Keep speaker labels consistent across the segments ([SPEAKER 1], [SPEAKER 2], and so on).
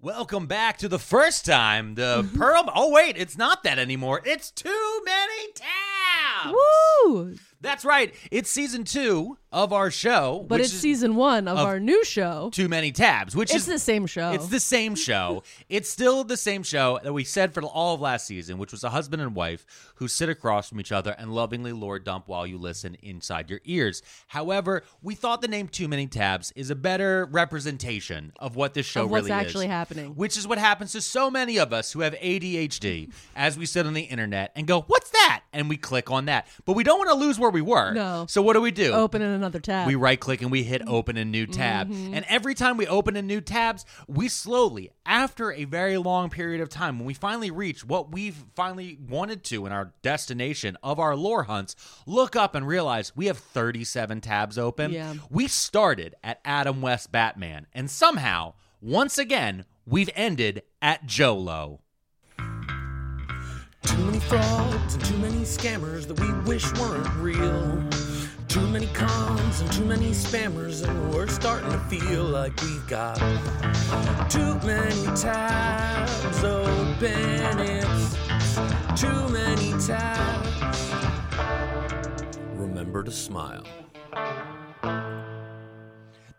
[SPEAKER 1] Welcome back to the first time the
[SPEAKER 2] Mm-hmm.
[SPEAKER 1] Pearl. Oh wait, it's not that anymore. It's too many tabs.
[SPEAKER 2] Woo!
[SPEAKER 1] That's right. It's season two of our show,
[SPEAKER 2] But
[SPEAKER 1] which
[SPEAKER 2] it's
[SPEAKER 1] is
[SPEAKER 2] season one of,
[SPEAKER 1] of-
[SPEAKER 2] our new show.
[SPEAKER 1] too many tabs, which
[SPEAKER 2] It's
[SPEAKER 1] is
[SPEAKER 2] the same show.
[SPEAKER 1] It's the same show. it's still the same show that we said for all of last season, which was a husband and wife who sit across from each other and lovingly lord dump while you listen inside your ears. However, we thought the name Too Many Tabs is a better representation of what this show
[SPEAKER 2] Of what's
[SPEAKER 1] really is.
[SPEAKER 2] actually happening.
[SPEAKER 1] Which is what happens to so many of us who have ADHD as we sit on the internet and go, What's that? And we click on that. But we don't want to lose where we were.
[SPEAKER 2] No. Oh,
[SPEAKER 1] So what do we do?
[SPEAKER 2] Open in another tab.
[SPEAKER 1] we right click and we hit open a new tab. And every time we open a new tabs, we slowly, after a very long period of time, when we finally reach what we've finally wanted to in our destination of our lore hunts, look up and realize we have 37 tabs open.
[SPEAKER 2] Yeah.
[SPEAKER 1] We started at Adam West Batman, and somehow, once again, we've ended at Jolo.
[SPEAKER 3] Too many frauds and too many scammers that we wish weren't real. Too many cons and too many spammers, and we're starting to feel like we've got too many tabs open. It's too many tabs. Remember to smile.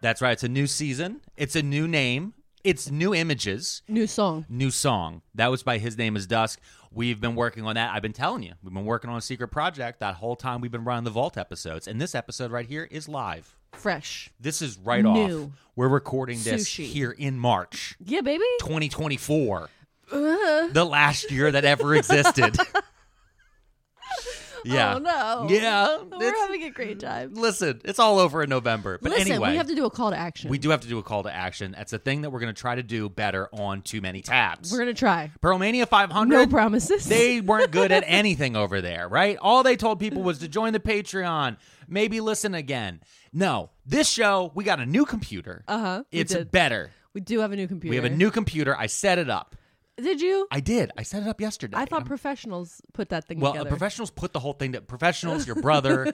[SPEAKER 1] That's right. It's a new season. It's a new name. It's new images.
[SPEAKER 2] new song.
[SPEAKER 1] new song. That was by His Name is Dusk. We've been working on that. I've been telling you, we've been working on a secret project that whole time we've been running the Vault episodes. And this episode right here is live.
[SPEAKER 2] Fresh.
[SPEAKER 1] This is right off.
[SPEAKER 2] New.
[SPEAKER 1] We're recording this
[SPEAKER 2] Sushi.
[SPEAKER 1] here in March
[SPEAKER 2] Yeah, baby.
[SPEAKER 1] 2024,
[SPEAKER 2] Uh.
[SPEAKER 1] the last year that ever existed. yeah.
[SPEAKER 2] Oh, no.
[SPEAKER 1] Yeah.
[SPEAKER 2] We're
[SPEAKER 1] it's-
[SPEAKER 2] having a great time.
[SPEAKER 1] listen, it's all over in November. But
[SPEAKER 2] Listen,
[SPEAKER 1] anyway.
[SPEAKER 2] we have to do a call to action.
[SPEAKER 1] we do have to do a call to action. That's a thing that we're going to try to do better on Too Many Tabs.
[SPEAKER 2] We're going to try.
[SPEAKER 1] Pearlmania 500.
[SPEAKER 2] No promises.
[SPEAKER 1] They weren't good at anything over there, right? All they told people was to join the Patreon, maybe listen again. No, this show, we got a new computer. Uh
[SPEAKER 2] Uh-huh, we
[SPEAKER 1] It's
[SPEAKER 2] did.
[SPEAKER 1] better.
[SPEAKER 2] we do have a new computer.
[SPEAKER 1] We have a new computer. I set it up.
[SPEAKER 2] Did you?
[SPEAKER 1] I did. I set it up yesterday.
[SPEAKER 2] I thought
[SPEAKER 1] I'm-
[SPEAKER 2] professionals put that thing
[SPEAKER 1] well,
[SPEAKER 2] together.
[SPEAKER 1] professionals put the whole thing to professionals, your brother,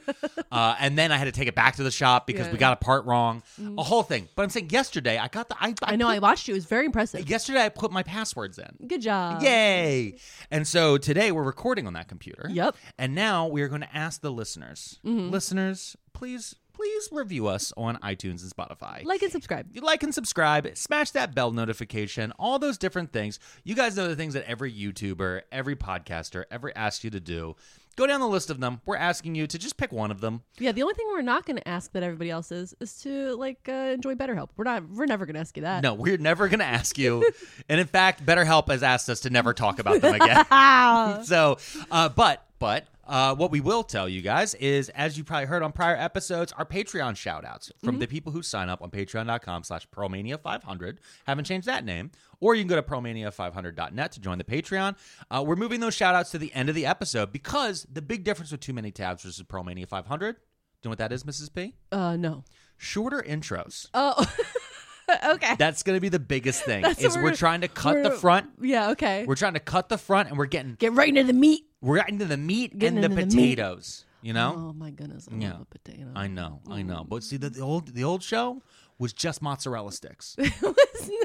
[SPEAKER 1] uh, and then I had to take it back to the shop because
[SPEAKER 2] Yeah. Mm.
[SPEAKER 1] we got a part wrong, a whole thing. But I'm saying yesterday I got the. I,
[SPEAKER 2] I know.
[SPEAKER 1] put-
[SPEAKER 2] I watched you. It was very impressive.
[SPEAKER 1] yesterday I put my passwords in.
[SPEAKER 2] Good job.
[SPEAKER 1] Yay! And so today we're recording on that computer.
[SPEAKER 2] Yep. Mm-hmm.
[SPEAKER 1] And now we are going to ask the listeners, listeners, please, please review us on iTunes and Spotify.
[SPEAKER 2] Like and subscribe.
[SPEAKER 1] You like and subscribe, smash that bell notification, all those different things. You guys know the things that every YouTuber, every podcaster ever asks you to do. Go down the list of them. We're asking you to just pick one of them.
[SPEAKER 2] Yeah, the only thing we're not going to ask that everybody else is is to like uh, enjoy BetterHelp. We're not. We're never going to ask you that.
[SPEAKER 1] No, we're never going to ask you. and in fact, BetterHelp has asked us to never talk about them again.
[SPEAKER 2] Ah.
[SPEAKER 1] so, uh, but but uh, what we will tell you guys is, as you probably heard on prior episodes, our Patreon shout outs from
[SPEAKER 2] Mm-hmm.
[SPEAKER 1] the people who sign up on patreon.com slash pearlmania500. Haven't changed that name. Or you can go to pearlmania500.net to join the Patreon. Uh, we're moving those shout outs to the end of the episode because the big difference with Too Many Tabs versus Pearlmania 500, do you know what that is, Mrs. P?
[SPEAKER 2] Uh, no.
[SPEAKER 1] Shorter intros.
[SPEAKER 2] Oh. okay.
[SPEAKER 1] That's going to be the biggest thing
[SPEAKER 2] That's what
[SPEAKER 1] is we're,
[SPEAKER 2] we're-
[SPEAKER 1] trying to cut the
[SPEAKER 2] we're-
[SPEAKER 1] front.
[SPEAKER 2] Yeah. Okay.
[SPEAKER 1] We're trying to cut the front and we're getting
[SPEAKER 2] Get right into the meat.
[SPEAKER 1] We're getting to the meat and
[SPEAKER 2] Getting
[SPEAKER 1] the
[SPEAKER 2] into the meat.
[SPEAKER 1] potatoes. You know,
[SPEAKER 2] Oh Mm. my goodness. I
[SPEAKER 1] Yeah.
[SPEAKER 2] love a potato.
[SPEAKER 1] I know, I know. But see, the, the old the old show was just mozzarella sticks.
[SPEAKER 2] It's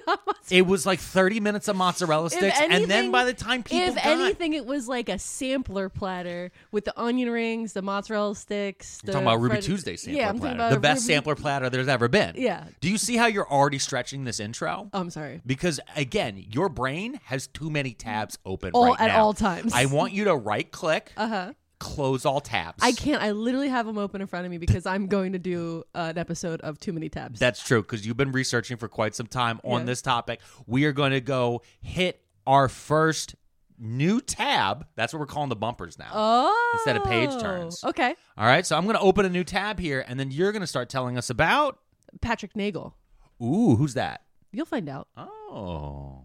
[SPEAKER 2] not much-
[SPEAKER 1] it was like thirty minutes of mozzarella
[SPEAKER 2] If
[SPEAKER 1] sticks, and then
[SPEAKER 2] anything-
[SPEAKER 1] by the time people
[SPEAKER 2] if
[SPEAKER 1] got,
[SPEAKER 2] anything, it was like a sampler platter with the onion rings, the mozzarella sticks.
[SPEAKER 1] You're
[SPEAKER 2] the
[SPEAKER 1] talking about Ruby
[SPEAKER 2] Fred-
[SPEAKER 1] Tuesday sampler
[SPEAKER 2] Yeah, I'm
[SPEAKER 1] platter,
[SPEAKER 2] talking about
[SPEAKER 1] the best
[SPEAKER 2] Ruby-
[SPEAKER 1] sampler platter there's ever been.
[SPEAKER 2] Yeah.
[SPEAKER 1] Do you see how you're already stretching this intro?
[SPEAKER 2] Oh, I'm sorry.
[SPEAKER 1] Because again, your brain has too many tabs open
[SPEAKER 2] All-
[SPEAKER 1] right
[SPEAKER 2] at
[SPEAKER 1] now.
[SPEAKER 2] all times.
[SPEAKER 1] I want you to right click, uh huh, close all tabs.
[SPEAKER 2] Uh-huh. I can't. I literally have them open in front of me because I'm going to do uh, an episode of Too Many Tabs.
[SPEAKER 1] That's true because you've been researching for quite some time on
[SPEAKER 2] Yeah.
[SPEAKER 1] this topic. We are going to go hit our first new tab. That's what we're calling the bumpers now.
[SPEAKER 2] oh.
[SPEAKER 1] instead of page turns.
[SPEAKER 2] Okay.
[SPEAKER 1] All right, so I'm going to open a new tab here, and then you're going to start telling us about.
[SPEAKER 2] Patrick Nagel.
[SPEAKER 1] Ooh, who's that?
[SPEAKER 2] You'll find out.
[SPEAKER 1] Oh,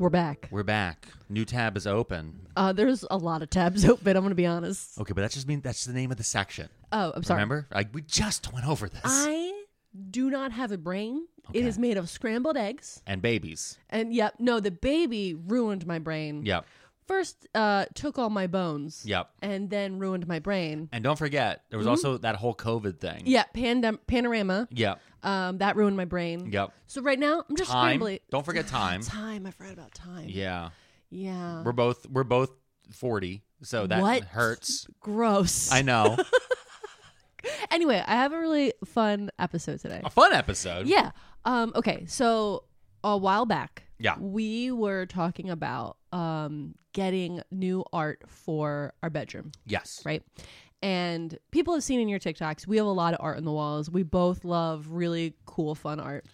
[SPEAKER 2] We're back.
[SPEAKER 1] We're back. New tab is open.
[SPEAKER 2] Uh, there's a lot of tabs open. I'm going to be honest.
[SPEAKER 1] Okay, but that just means that's the name of the section.
[SPEAKER 2] Oh, I'm sorry.
[SPEAKER 1] Remember? Like we just went over this.
[SPEAKER 2] I do not have a brain. It
[SPEAKER 1] Okay.
[SPEAKER 2] is made of scrambled eggs.
[SPEAKER 1] and babies.
[SPEAKER 2] And yep, no, the baby ruined my brain.
[SPEAKER 1] Yep.
[SPEAKER 2] First, uh, took all my bones.
[SPEAKER 1] Yep.
[SPEAKER 2] And then ruined my brain.
[SPEAKER 1] And don't forget, there was also that whole COVID thing.
[SPEAKER 2] Yeah, pandem- panorama.
[SPEAKER 1] Yep.
[SPEAKER 2] Um, that ruined my brain.
[SPEAKER 1] Yep.
[SPEAKER 2] So right now I'm just
[SPEAKER 1] Time.
[SPEAKER 2] scrambling.
[SPEAKER 1] Don't forget time.
[SPEAKER 2] Time. I forgot about time.
[SPEAKER 1] Yeah.
[SPEAKER 2] Yeah.
[SPEAKER 1] We're both we're both 40, so that
[SPEAKER 2] What?
[SPEAKER 1] hurts.
[SPEAKER 2] Gross.
[SPEAKER 1] I know.
[SPEAKER 2] Anyway, I have a really fun episode today.
[SPEAKER 1] A fun episode.
[SPEAKER 2] Yeah. Um, okay. So a while back,
[SPEAKER 1] Yeah.
[SPEAKER 2] we were talking about um, getting new art for our bedroom,
[SPEAKER 1] Yes.
[SPEAKER 2] right? And people have seen in your TikToks, we have a lot of art on the walls. We both love really cool, fun art.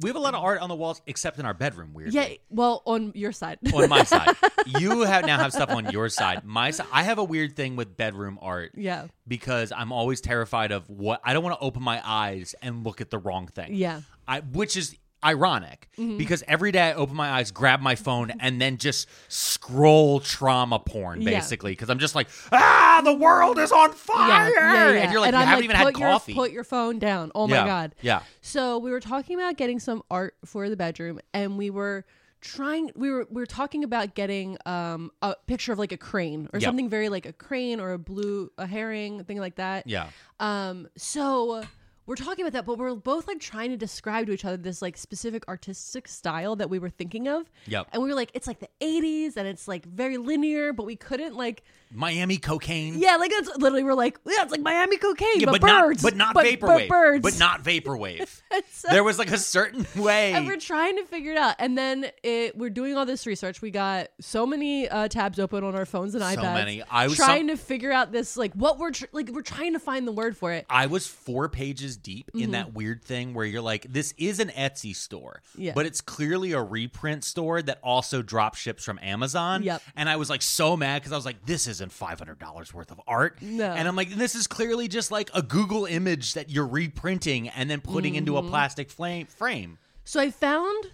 [SPEAKER 1] We have a lot of art on the walls except in our bedroom, weirdly.
[SPEAKER 2] Yeah. Well, on your side.
[SPEAKER 1] on my side. You have now have stuff on your side. My side, I have a weird thing with bedroom art
[SPEAKER 2] yeah.
[SPEAKER 1] because I'm always terrified of what I don't want to open my eyes and look at the wrong thing.
[SPEAKER 2] Yeah. Mm-hmm.
[SPEAKER 1] I which is ironic because every day I open my eyes, grab my phone, and then just scroll trauma porn
[SPEAKER 2] Yeah.
[SPEAKER 1] basically because I'm just like, ah, the world is on
[SPEAKER 2] Yeah,
[SPEAKER 1] fire,
[SPEAKER 2] yeah, yeah.
[SPEAKER 1] and you're like, you
[SPEAKER 2] I'm
[SPEAKER 1] haven't even
[SPEAKER 2] put
[SPEAKER 1] had
[SPEAKER 2] your,
[SPEAKER 1] coffee.
[SPEAKER 2] Put your phone down. Oh
[SPEAKER 1] Yeah,
[SPEAKER 2] my god.
[SPEAKER 1] yeah.
[SPEAKER 2] So we were talking about getting some art for the bedroom, and we were trying. We were we were talking about getting um a picture of like a crane or
[SPEAKER 1] Yeah.
[SPEAKER 2] something very like a crane or a blue a herring thing like that.
[SPEAKER 1] yeah,
[SPEAKER 2] Um. So. We're talking about that, but we're both like trying to describe to each other this like specific artistic style that we were thinking of.
[SPEAKER 1] Yep.
[SPEAKER 2] And we were like, it's like the 80s and it's like very linear, but we couldn't like
[SPEAKER 1] Miami cocaine.
[SPEAKER 2] yeah, like that's literally we're like, yeah, it's like Miami cocaine,
[SPEAKER 1] Yeah,
[SPEAKER 2] but,
[SPEAKER 1] but,
[SPEAKER 2] birds,
[SPEAKER 1] not, but not
[SPEAKER 2] but,
[SPEAKER 1] vaporwave,
[SPEAKER 2] but birds,
[SPEAKER 1] but not vaporwave.
[SPEAKER 2] so-
[SPEAKER 1] there was like a certain way.
[SPEAKER 2] And we're trying to figure it out, and then it, we're doing all this research. We got so many uh, tabs open on our phones and
[SPEAKER 1] So
[SPEAKER 2] iPads.
[SPEAKER 1] many. I was
[SPEAKER 2] trying
[SPEAKER 1] some-
[SPEAKER 2] to figure out this, like, what we're tr- like, we're trying to find the word for it.
[SPEAKER 1] I was four pages deep
[SPEAKER 2] Mm-hmm.
[SPEAKER 1] in that weird thing where you're like, this is an Etsy store,
[SPEAKER 2] Yeah.
[SPEAKER 1] but it's clearly a reprint store that also drop ships from Amazon.
[SPEAKER 2] Yep.
[SPEAKER 1] And I was like so mad because I was like, this isn't $500 worth of art.
[SPEAKER 2] No.
[SPEAKER 1] And I'm like, this is clearly just like a Google image that you're reprinting and then putting into a
[SPEAKER 2] Mm-hmm.
[SPEAKER 1] plastic flame- frame.
[SPEAKER 2] So I found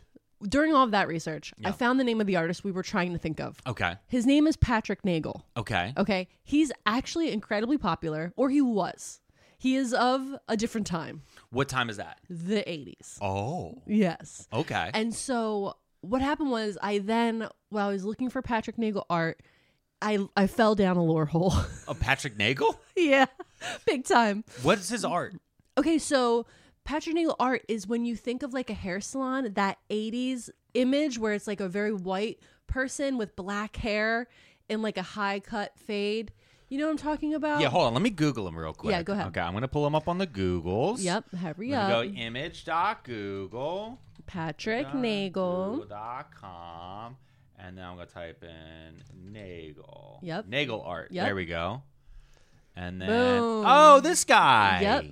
[SPEAKER 2] during all of that research, I found the name of the artist we were trying to think of.
[SPEAKER 1] Okay.
[SPEAKER 2] His name is Patrick Nagel.
[SPEAKER 1] Okay.
[SPEAKER 2] Okay, he's actually incredibly popular, or he was. He is of a different time,
[SPEAKER 1] What time is that?
[SPEAKER 2] the '80s.
[SPEAKER 1] Oh.
[SPEAKER 2] Yes.
[SPEAKER 1] Okay.
[SPEAKER 2] And so what happened was I then while I was looking for Patrick Nagel art, I I fell down a lore hole.
[SPEAKER 1] oh, Patrick Nagel?
[SPEAKER 2] yeah. Big time.
[SPEAKER 1] What's his art?
[SPEAKER 2] Okay, so Patrick Nagel art is when you think of like a hair salon, that 80s image where it's like a very white person with black hair and like a high cut fade. You know what I'm talking about?
[SPEAKER 1] Yeah, hold on. Let me Google him real quick.
[SPEAKER 2] Oh. Yeah, go ahead.
[SPEAKER 1] Okay, I'm going to pull him up on the Googles.
[SPEAKER 2] Yep, hurry
[SPEAKER 1] Let me
[SPEAKER 2] up.
[SPEAKER 1] Go image.google.
[SPEAKER 2] Patrick Nagel.
[SPEAKER 1] Google.com. And then I'm going to type in Nagel.
[SPEAKER 2] Yep.
[SPEAKER 1] Nagel art.
[SPEAKER 2] Yep.
[SPEAKER 1] There we go. And then,
[SPEAKER 2] Boom.
[SPEAKER 1] oh, this guy.
[SPEAKER 2] Yep.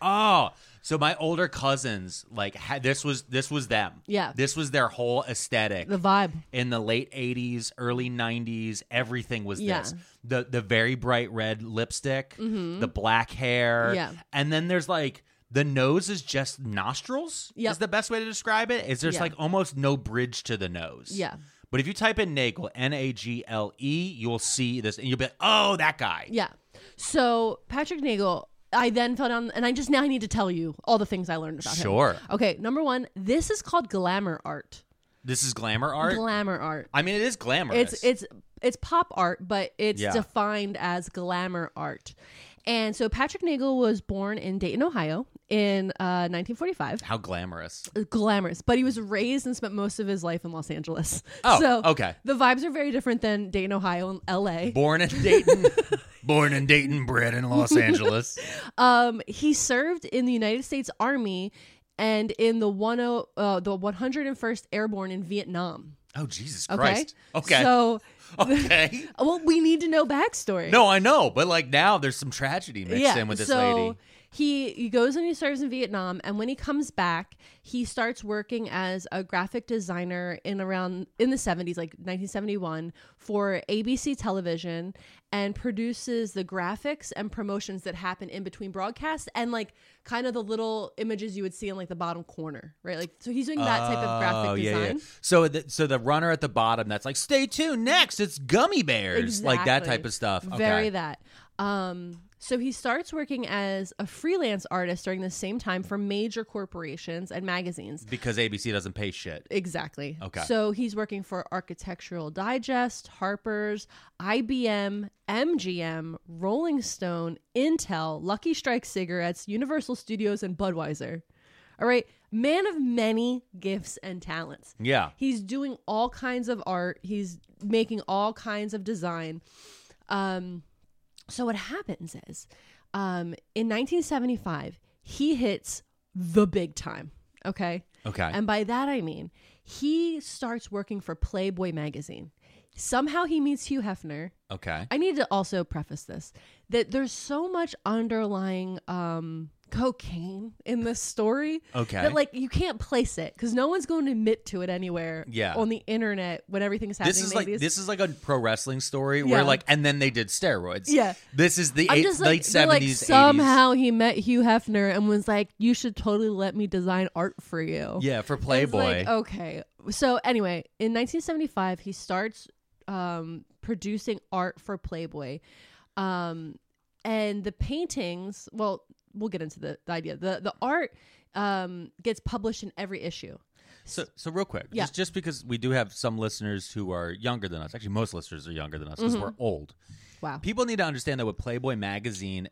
[SPEAKER 1] Oh, so my older cousins like had, this was this was them.
[SPEAKER 2] Yeah.
[SPEAKER 1] this was their whole aesthetic
[SPEAKER 2] The vibe.
[SPEAKER 1] in the late 80s early 90s everything was
[SPEAKER 2] Yeah. Mm-hmm.
[SPEAKER 1] this the the very bright red lipstick the black hair
[SPEAKER 2] Yeah.
[SPEAKER 1] and then there's like The nose is just nostrils.
[SPEAKER 2] Yep.
[SPEAKER 1] Is the best way to describe it. Is there's
[SPEAKER 2] Yeah.
[SPEAKER 1] like almost no bridge to the nose.
[SPEAKER 2] Yeah.
[SPEAKER 1] But if you type in Nagel, N A G L E, you'll see this, and you'll be like, "Oh, that guy."
[SPEAKER 2] Yeah. So Patrick Nagel, I then fell down, and I just now I need to tell you all the things I learned about him.
[SPEAKER 1] Sure.
[SPEAKER 2] Okay, number one, this is called glamour art.
[SPEAKER 1] This is glamour art.
[SPEAKER 2] Glamour art.
[SPEAKER 1] I mean, it is glamorous.
[SPEAKER 2] It's it's it's pop art, but it's
[SPEAKER 1] Yeah.
[SPEAKER 2] defined as glamour art. And so Patrick Nagel was born in Dayton, Ohio, in uh, 1945.
[SPEAKER 1] how glamorous.
[SPEAKER 2] Glamorous, but he was raised and spent most of his life in Los Angeles.
[SPEAKER 1] Oh,
[SPEAKER 2] so
[SPEAKER 1] okay.
[SPEAKER 2] The vibes are very different than Dayton, Ohio, and L.A.
[SPEAKER 1] Born in Dayton, born in Dayton, bred in Los Angeles.
[SPEAKER 2] Um, he served in the United States Army and in the one oh uh, the 101st Airborne in Vietnam.
[SPEAKER 1] Oh Jesus
[SPEAKER 2] Okay.
[SPEAKER 1] Christ. Okay.
[SPEAKER 2] So,
[SPEAKER 1] okay.
[SPEAKER 2] well, we need to know backstory.
[SPEAKER 1] No, I know, but like now there's some tragedy mixed in with this lady.
[SPEAKER 2] He, he goes and he serves in Vietnam, and when he comes back, he starts working as a graphic designer in around in the seventies, like nineteen seventy one, for ABC television, and produces the graphics and promotions that happen in between broadcasts, and like kind of the little images you would see in like the bottom corner, right? Like so, he's doing that type of
[SPEAKER 1] Oh,
[SPEAKER 2] graphic
[SPEAKER 1] yeah,
[SPEAKER 2] design.
[SPEAKER 1] yeah. So, the, so the runner at the bottom that's like, "Stay tuned, next it's gummy bears," like that
[SPEAKER 2] Exactly.
[SPEAKER 1] type of stuff. Okay.
[SPEAKER 2] Very that. Um, so he starts working as a freelance artist during the same time for major corporations and magazines.
[SPEAKER 1] because ABC doesn't pay shit.
[SPEAKER 2] Exactly.
[SPEAKER 1] Okay.
[SPEAKER 2] So he's working for Architectural Digest, Harper's, IBM, MGM, Rolling Stone, Intel, Lucky Strike Cigarettes, Universal Studios, and Budweiser. All right. Man of many gifts and talents.
[SPEAKER 1] Yeah.
[SPEAKER 2] He's doing all kinds of art. He's making all kinds of design. Um, so what happens is, um, in 1975, he hits the big time. Okay.
[SPEAKER 1] Okay.
[SPEAKER 2] And by that I mean he starts working for Playboy magazine. Somehow he meets Hugh Hefner.
[SPEAKER 1] Okay.
[SPEAKER 2] I need to also preface this that there's so much underlying um, cocaine in this story.
[SPEAKER 1] Okay.
[SPEAKER 2] That like you can't place it because no one's going to admit to it anywhere.
[SPEAKER 1] Yeah.
[SPEAKER 2] On the internet when everything's happening.
[SPEAKER 1] This is
[SPEAKER 2] in the
[SPEAKER 1] like
[SPEAKER 2] 80s.
[SPEAKER 1] this is like a pro wrestling story
[SPEAKER 2] Yeah.
[SPEAKER 1] where like, and then they did steroids.
[SPEAKER 2] Yeah.
[SPEAKER 1] This is the
[SPEAKER 2] I'm
[SPEAKER 1] eight,
[SPEAKER 2] just like,
[SPEAKER 1] late
[SPEAKER 2] they're like,
[SPEAKER 1] seventies, eighties.
[SPEAKER 2] somehow he met Hugh Hefner and was like, "You should totally let me design art for you."
[SPEAKER 1] Yeah, for
[SPEAKER 2] It's
[SPEAKER 1] Playboy.
[SPEAKER 2] like, okay. So anyway, in 1975, he starts um, producing art for Playboy, um, and the paintings. Well, we'll get into the, the idea. the The art um, gets published in every issue.
[SPEAKER 1] So, so real quick,
[SPEAKER 2] Yeah.
[SPEAKER 1] just, just because we do have some listeners who are younger than us, actually, most listeners are younger than us because we're old.
[SPEAKER 2] Mm-hmm. Wow.
[SPEAKER 1] People need to understand that with Playboy magazine,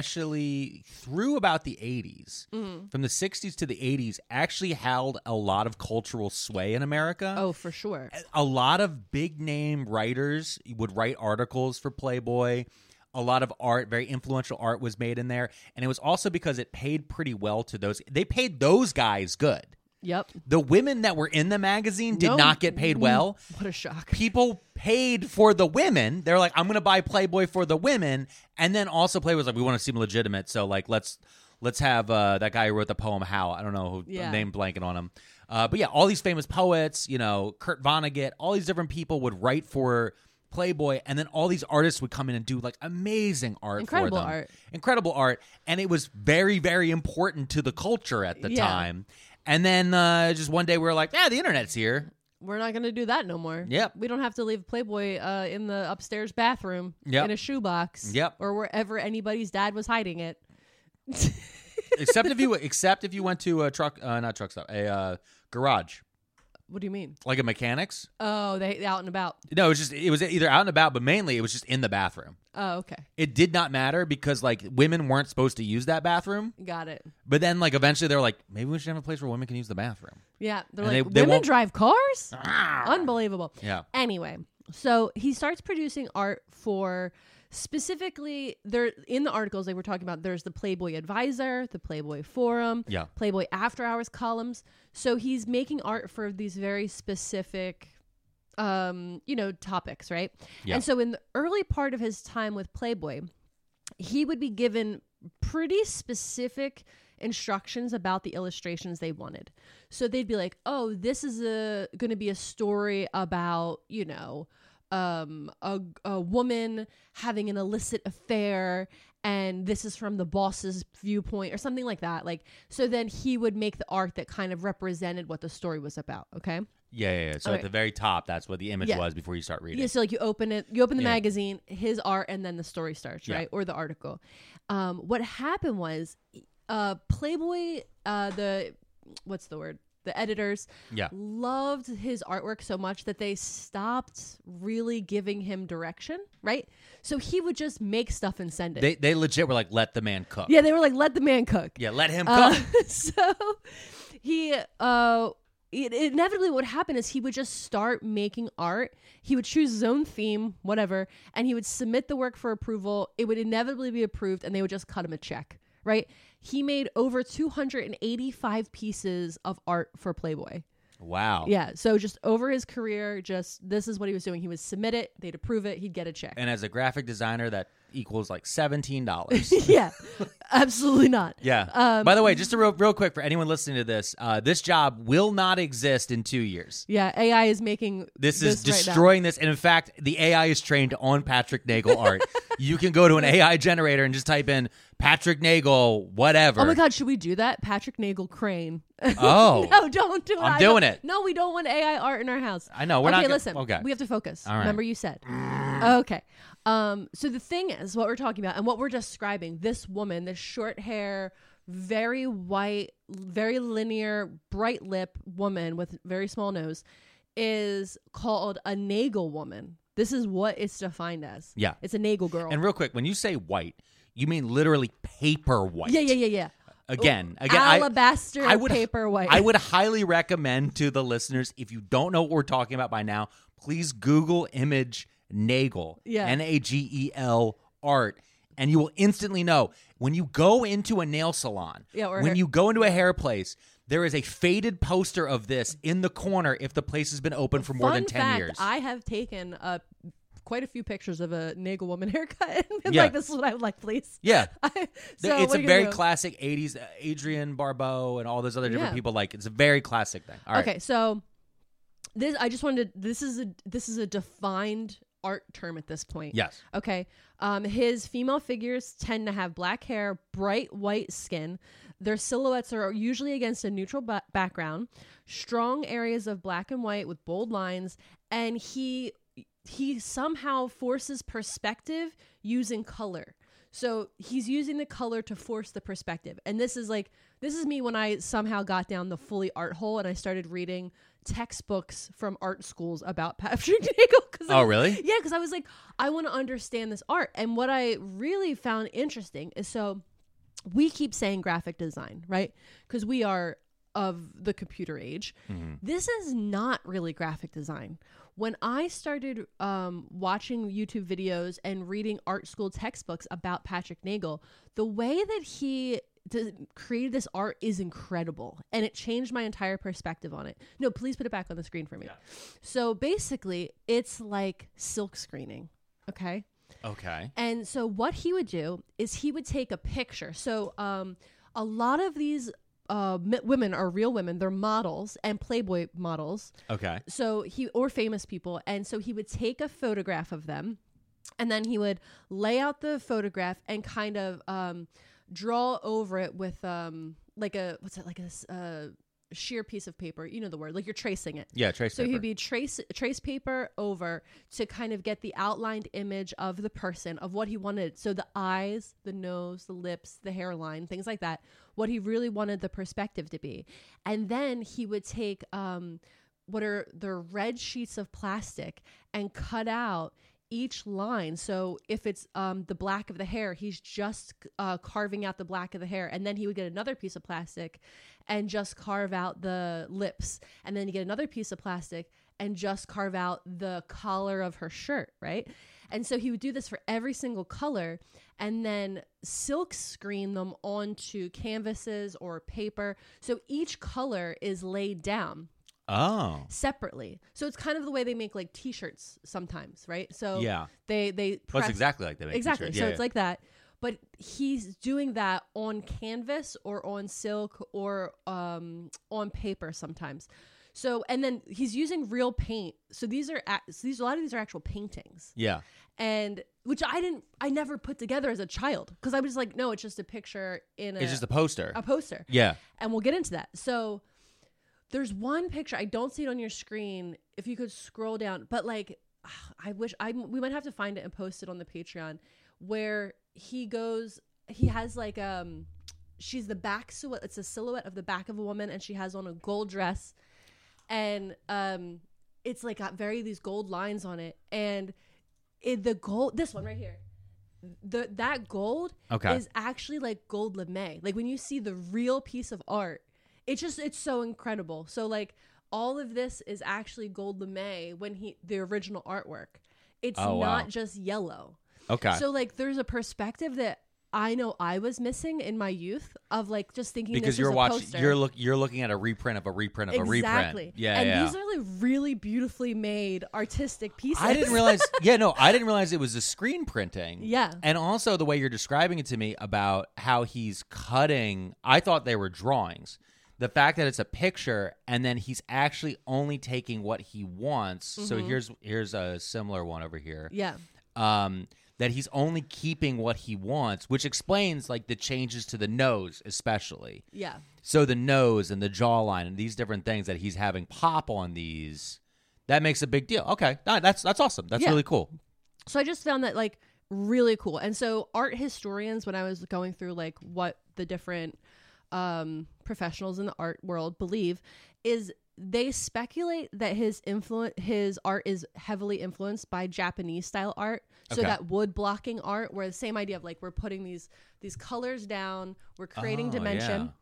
[SPEAKER 1] especially through about the 80s,
[SPEAKER 2] Mm-hmm.
[SPEAKER 1] from the 60s to the 80s, actually held a lot of cultural sway in America.
[SPEAKER 2] oh, for sure.
[SPEAKER 1] A lot of big name writers would write articles for Playboy. A lot of art, very influential art was made in there. And it was also because it paid pretty well to those. They paid those guys good
[SPEAKER 2] Yep.
[SPEAKER 1] the women that were in the magazine did
[SPEAKER 2] No.
[SPEAKER 1] not get paid well.
[SPEAKER 2] What a shock.
[SPEAKER 1] People paid for the women. They're like, I'm going to buy Playboy for the women, and then also Playboy was like, we want to seem legitimate, so like let's let's have uh, that guy who wrote the poem How I don't know who
[SPEAKER 2] Yeah.
[SPEAKER 1] name blanket on him, uh, but yeah, all these famous poets, you know, Kurt Vonnegut, all these different people would write for. Playboy, and then all these artists would come in and do like amazing art,
[SPEAKER 2] Incredible
[SPEAKER 1] for them.
[SPEAKER 2] art.
[SPEAKER 1] incredible art, and it was very, very important to the culture at the
[SPEAKER 2] Yeah.
[SPEAKER 1] time. And then uh, just one day we were like, yeah, the internet's here.
[SPEAKER 2] We're not going to do that no more.
[SPEAKER 1] Yep.
[SPEAKER 2] We don't have to leave Playboy uh, in the upstairs bathroom
[SPEAKER 1] Yep.
[SPEAKER 2] in a shoebox.
[SPEAKER 1] Yep.
[SPEAKER 2] Or wherever anybody's dad was hiding it.
[SPEAKER 1] except if you except if you went to a truck, uh, not truck stop, a uh, garage,
[SPEAKER 2] What do you mean?
[SPEAKER 1] like a mechanics.
[SPEAKER 2] Oh, they out and about.
[SPEAKER 1] No, it was just it was either out and about, but mainly it was just in the bathroom.
[SPEAKER 2] Oh, okay.
[SPEAKER 1] It did not matter because like women weren't supposed to use that bathroom.
[SPEAKER 2] Got it.
[SPEAKER 1] But then like eventually they were like, maybe we should have a place where women can use the bathroom.
[SPEAKER 2] Yeah. They're
[SPEAKER 1] And
[SPEAKER 2] like,
[SPEAKER 1] they- they
[SPEAKER 2] women
[SPEAKER 1] won't- Ah.
[SPEAKER 2] drive cars? Unbelievable.
[SPEAKER 1] Yeah.
[SPEAKER 2] Anyway, so he starts producing art for specifically there in the articles they were talking about there's the playboy advisor the playboy forum
[SPEAKER 1] Yeah.
[SPEAKER 2] playboy after hours columns so he's making art for these very specific um you know topics right
[SPEAKER 1] Yeah.
[SPEAKER 2] and so in the early part of his time with playboy he would be given pretty specific instructions about the illustrations they wanted. So they'd be like, "Oh, this is a going to be a story about, you know, um a a woman having an illicit affair and this is from the boss's viewpoint or something like that. Like so then he would make the art that kind of represented what the story was about, okay?
[SPEAKER 1] Yeah, yeah, yeah. So at
[SPEAKER 2] Alright.
[SPEAKER 1] the very top, that's what the image
[SPEAKER 2] Yeah.
[SPEAKER 1] was before you start reading.
[SPEAKER 2] Yeah, so like you open it, you open the
[SPEAKER 1] Yeah.
[SPEAKER 2] magazine, his art, and then the story starts,
[SPEAKER 1] Yeah.
[SPEAKER 2] right? Or the article. Um, what happened was, uh, Playboy, uh, the what's the word? The editors
[SPEAKER 1] Yeah.
[SPEAKER 2] loved his artwork so much that they stopped really giving him direction, right? So he would just make stuff and send it.
[SPEAKER 1] They they legit were like, let the man cook.
[SPEAKER 2] yeah, they were like, let the man cook.
[SPEAKER 1] Yeah, let him
[SPEAKER 2] Uh,
[SPEAKER 1] cook.
[SPEAKER 2] so he uh it, it inevitably what would happen is he would just start making art he would choose his own theme whatever and he would submit the work for approval it would inevitably be approved and they would just cut him a check right he made over 285 pieces of art for playboy
[SPEAKER 1] Wow.
[SPEAKER 2] yeah so just over his career just this is what he was doing he would submit it they'd approve it he'd get a check
[SPEAKER 1] And as a graphic designer, that equals like seventeen dollars.
[SPEAKER 2] yeah absolutely not
[SPEAKER 1] Yeah.
[SPEAKER 2] Um,
[SPEAKER 1] By the way, just a real, real quick for anyone listening to this, uh, this job will not exist in two years.
[SPEAKER 2] yeah ai is making
[SPEAKER 1] This, is
[SPEAKER 2] right now.
[SPEAKER 1] destroying this, and in fact, the AI is trained on Patrick Nagel art. you can go to an AI generator and just type in Patrick Nagel, whatever.
[SPEAKER 2] Oh my god, should we do that? Patrick Nagel Crane.
[SPEAKER 1] Oh.
[SPEAKER 2] no, don't do it.
[SPEAKER 1] I'm
[SPEAKER 2] I don't-
[SPEAKER 1] doing it.
[SPEAKER 2] No, we don't want AI art in our house.
[SPEAKER 1] I know, we're
[SPEAKER 2] okay,
[SPEAKER 1] not gonna-
[SPEAKER 2] listen.
[SPEAKER 1] okay.
[SPEAKER 2] We have to focus.
[SPEAKER 1] right.
[SPEAKER 2] Remember you said. okay. Um, so the thing is what we're talking about and what we're describing, this woman, this short hair, very white, very linear, bright lip woman with very small nose, is called a Nagel woman. This is what it's defined as.
[SPEAKER 1] Yeah.
[SPEAKER 2] It's a Nagel girl.
[SPEAKER 1] And real quick, when you say white, you mean literally paper white.
[SPEAKER 2] yeah, yeah, yeah, yeah.
[SPEAKER 1] Again, again, I-
[SPEAKER 2] Oh, Alabaster
[SPEAKER 1] I would-
[SPEAKER 2] paper white.
[SPEAKER 1] I would highly recommend to the listeners if you don't know what we're talking about by now, please Google image Nagel,
[SPEAKER 2] Yeah.
[SPEAKER 1] N A G E L art, and you will instantly know when you go into a nail salon,
[SPEAKER 2] Yeah, or
[SPEAKER 1] when
[SPEAKER 2] hair-
[SPEAKER 1] you go into a hair place. There is a faded poster of this in the corner if the place has been open for more
[SPEAKER 2] Fun
[SPEAKER 1] than 10
[SPEAKER 2] fact,
[SPEAKER 1] years.
[SPEAKER 2] I have taken uh, quite a few pictures of a Nagel woman haircut and been
[SPEAKER 1] Yeah.
[SPEAKER 2] like, this is what I would like, please.
[SPEAKER 1] yeah.
[SPEAKER 2] I-
[SPEAKER 1] Th- it's
[SPEAKER 2] so what
[SPEAKER 1] a
[SPEAKER 2] are you gonna
[SPEAKER 1] very
[SPEAKER 2] do?
[SPEAKER 1] classic 80s uh, Adrian Barbeau and all those other different
[SPEAKER 2] Yeah.
[SPEAKER 1] people like it's a very classic thing. All right.
[SPEAKER 2] Okay, so this I just wanted to, this is a this is a defined art term at this point.
[SPEAKER 1] Yes.
[SPEAKER 2] Okay. Um, his female figures tend to have black hair, bright white skin. Their silhouettes are usually against a neutral ba- background, strong areas of black and white with bold lines, and he he somehow forces perspective using color. So he's using the color to force the perspective. And this is like this is me when I somehow got down the fully art hole and I started reading textbooks from art schools about Patrick Nagel. 'cause I
[SPEAKER 1] Oh,
[SPEAKER 2] was-
[SPEAKER 1] really?
[SPEAKER 2] yeah, because I was like, I want to understand this art. And what I really found interesting is so we keep saying graphic design, right? Because we are of the computer age. This is not really graphic design. When I started um, watching YouTube videos and reading art school textbooks about Patrick Nagel, the way that he d- created this art is incredible and it changed my entire perspective on it. No, please put it back on the screen for me. So basically, it's like silk screening, okay?
[SPEAKER 1] Okay.
[SPEAKER 2] And so what he would do is he would take a picture. So um, a lot of these uh, m- women are real women; they're models and Playboy models.
[SPEAKER 1] Okay.
[SPEAKER 2] So he or famous people, and so he would take a photograph of them, and then he would lay out the photograph and kind of um, draw over it with um, like a what's it like a s- uh, sheer piece of paper. You know the word, like you're tracing it.
[SPEAKER 1] Yeah, trace
[SPEAKER 2] So
[SPEAKER 1] paper.
[SPEAKER 2] he'd be trace trace paper over to kind of get the outlined image of the person of what he wanted. So the eyes, the nose, the lips, the hairline, things like that. What he really wanted the perspective to be, and then he would take um, what are the red sheets of plastic and cut out each line. So if it's um, the black of the hair, he's just uh, carving out the black of the hair, and then he would get another piece of plastic and just carve out the lips, and then you get another piece of plastic and just carve out the collar of her shirt, right? And so he would do this for every single color and then silk screen them onto canvases or paper. So each color is laid down
[SPEAKER 1] oh.
[SPEAKER 2] separately. So it's kind of the way they make like t-shirts sometimes, right? So
[SPEAKER 1] Yeah.
[SPEAKER 2] they they
[SPEAKER 1] That's
[SPEAKER 2] press,
[SPEAKER 1] exactly like that.
[SPEAKER 2] exactly. so it's like that, but he's doing that on canvas or on silk or um, on paper sometimes. So and then he's using real paint. So these are ac- so these a lot of these are actual paintings
[SPEAKER 1] yeah.
[SPEAKER 2] and which I didn't, I never put together as a child because I was like, no, it's just a picture in a,
[SPEAKER 1] It's just a poster.
[SPEAKER 2] a poster.
[SPEAKER 1] yeah.
[SPEAKER 2] and we'll get into that. So there's one picture I don't see it on your screen. If you could scroll down, but like I wish I we might have to find it and post it on the Patreon where he goes. He has like um, she's the back silhouette. It's a silhouette of the back of a woman, and she has on a gold dress, and um, it's like got very these gold lines on it, and it, the gold this one right here. The, that gold
[SPEAKER 1] Okay.
[SPEAKER 2] is actually like gold lame. Like when you see the real piece of art, it's just it's so incredible. So like all of this is actually gold lame when he the original artwork. It's
[SPEAKER 1] Oh, wow.
[SPEAKER 2] not just yellow.
[SPEAKER 1] Okay.
[SPEAKER 2] So like there's a perspective that I know I was missing in my youth of like just thinking this
[SPEAKER 1] because you're
[SPEAKER 2] was a
[SPEAKER 1] watching,
[SPEAKER 2] poster.
[SPEAKER 1] you're look, you're looking at a reprint of a reprint of a reprint. Yeah,
[SPEAKER 2] and
[SPEAKER 1] yeah.
[SPEAKER 2] these are like really beautifully made artistic pieces.
[SPEAKER 1] I didn't realize. Yeah, no, I didn't realize it was a screen printing.
[SPEAKER 2] Yeah.
[SPEAKER 1] and also the way you're describing it to me about how he's cutting. I thought they were drawings. The fact that it's a picture and then he's actually only taking what he wants. So
[SPEAKER 2] Mm-hmm.
[SPEAKER 1] here's here's a similar one over here.
[SPEAKER 2] yeah.
[SPEAKER 1] Um, that he's only keeping what he wants, which explains like the changes to the nose, especially.
[SPEAKER 2] Yeah.
[SPEAKER 1] So the nose and the jawline and these different things that he's having pop on these, that makes a big deal. Okay, No, that's that's awesome. That's
[SPEAKER 2] Yeah.
[SPEAKER 1] really cool.
[SPEAKER 2] So I just found that like really cool. And so art historians, when I was going through like what the different um, professionals in the art world believe, is they speculate that his influence, his art is heavily influenced by Japanese style art. So
[SPEAKER 1] Okay.
[SPEAKER 2] that wood blocking art, where the same idea of like we're putting these these colors down, we're creating
[SPEAKER 1] Oh,
[SPEAKER 2] dimension.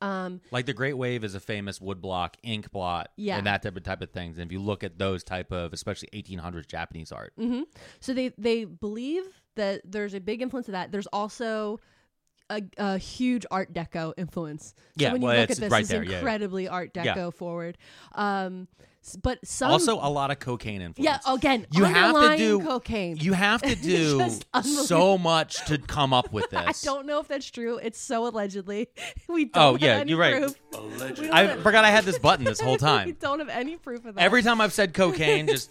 [SPEAKER 2] Um,
[SPEAKER 1] Like the Great Wave is a famous woodblock, ink blot,
[SPEAKER 2] Yeah.
[SPEAKER 1] and that type of type of things. And if you look at those type of, especially 1800s Japanese art,
[SPEAKER 2] Mm-hmm. So they they believe that there's a big influence of that. There's also a, a huge Art Deco influence. So
[SPEAKER 1] Yeah,
[SPEAKER 2] when
[SPEAKER 1] well,
[SPEAKER 2] you look at
[SPEAKER 1] it's
[SPEAKER 2] this,
[SPEAKER 1] right
[SPEAKER 2] it's
[SPEAKER 1] there, yeah, yeah.
[SPEAKER 2] incredibly Art Deco
[SPEAKER 1] Yeah.
[SPEAKER 2] forward. Um, s- but some
[SPEAKER 1] also a lot of cocaine
[SPEAKER 2] yeah, oh,
[SPEAKER 1] influence.
[SPEAKER 2] again,
[SPEAKER 1] you have to
[SPEAKER 2] underlying
[SPEAKER 1] do
[SPEAKER 2] cocaine.
[SPEAKER 1] You have to do
[SPEAKER 2] Just unbelievable.
[SPEAKER 1] so much to come up with
[SPEAKER 2] I
[SPEAKER 1] this.
[SPEAKER 2] don't know if that's true. It's so allegedly. We don't
[SPEAKER 1] Oh,
[SPEAKER 2] have
[SPEAKER 1] yeah,
[SPEAKER 2] any
[SPEAKER 1] you're right.
[SPEAKER 2] proof. We don't
[SPEAKER 1] I
[SPEAKER 2] have-
[SPEAKER 1] forgot I had this button this whole
[SPEAKER 2] we
[SPEAKER 1] time.
[SPEAKER 2] don't have any proof of that.
[SPEAKER 1] Every time I've said cocaine, just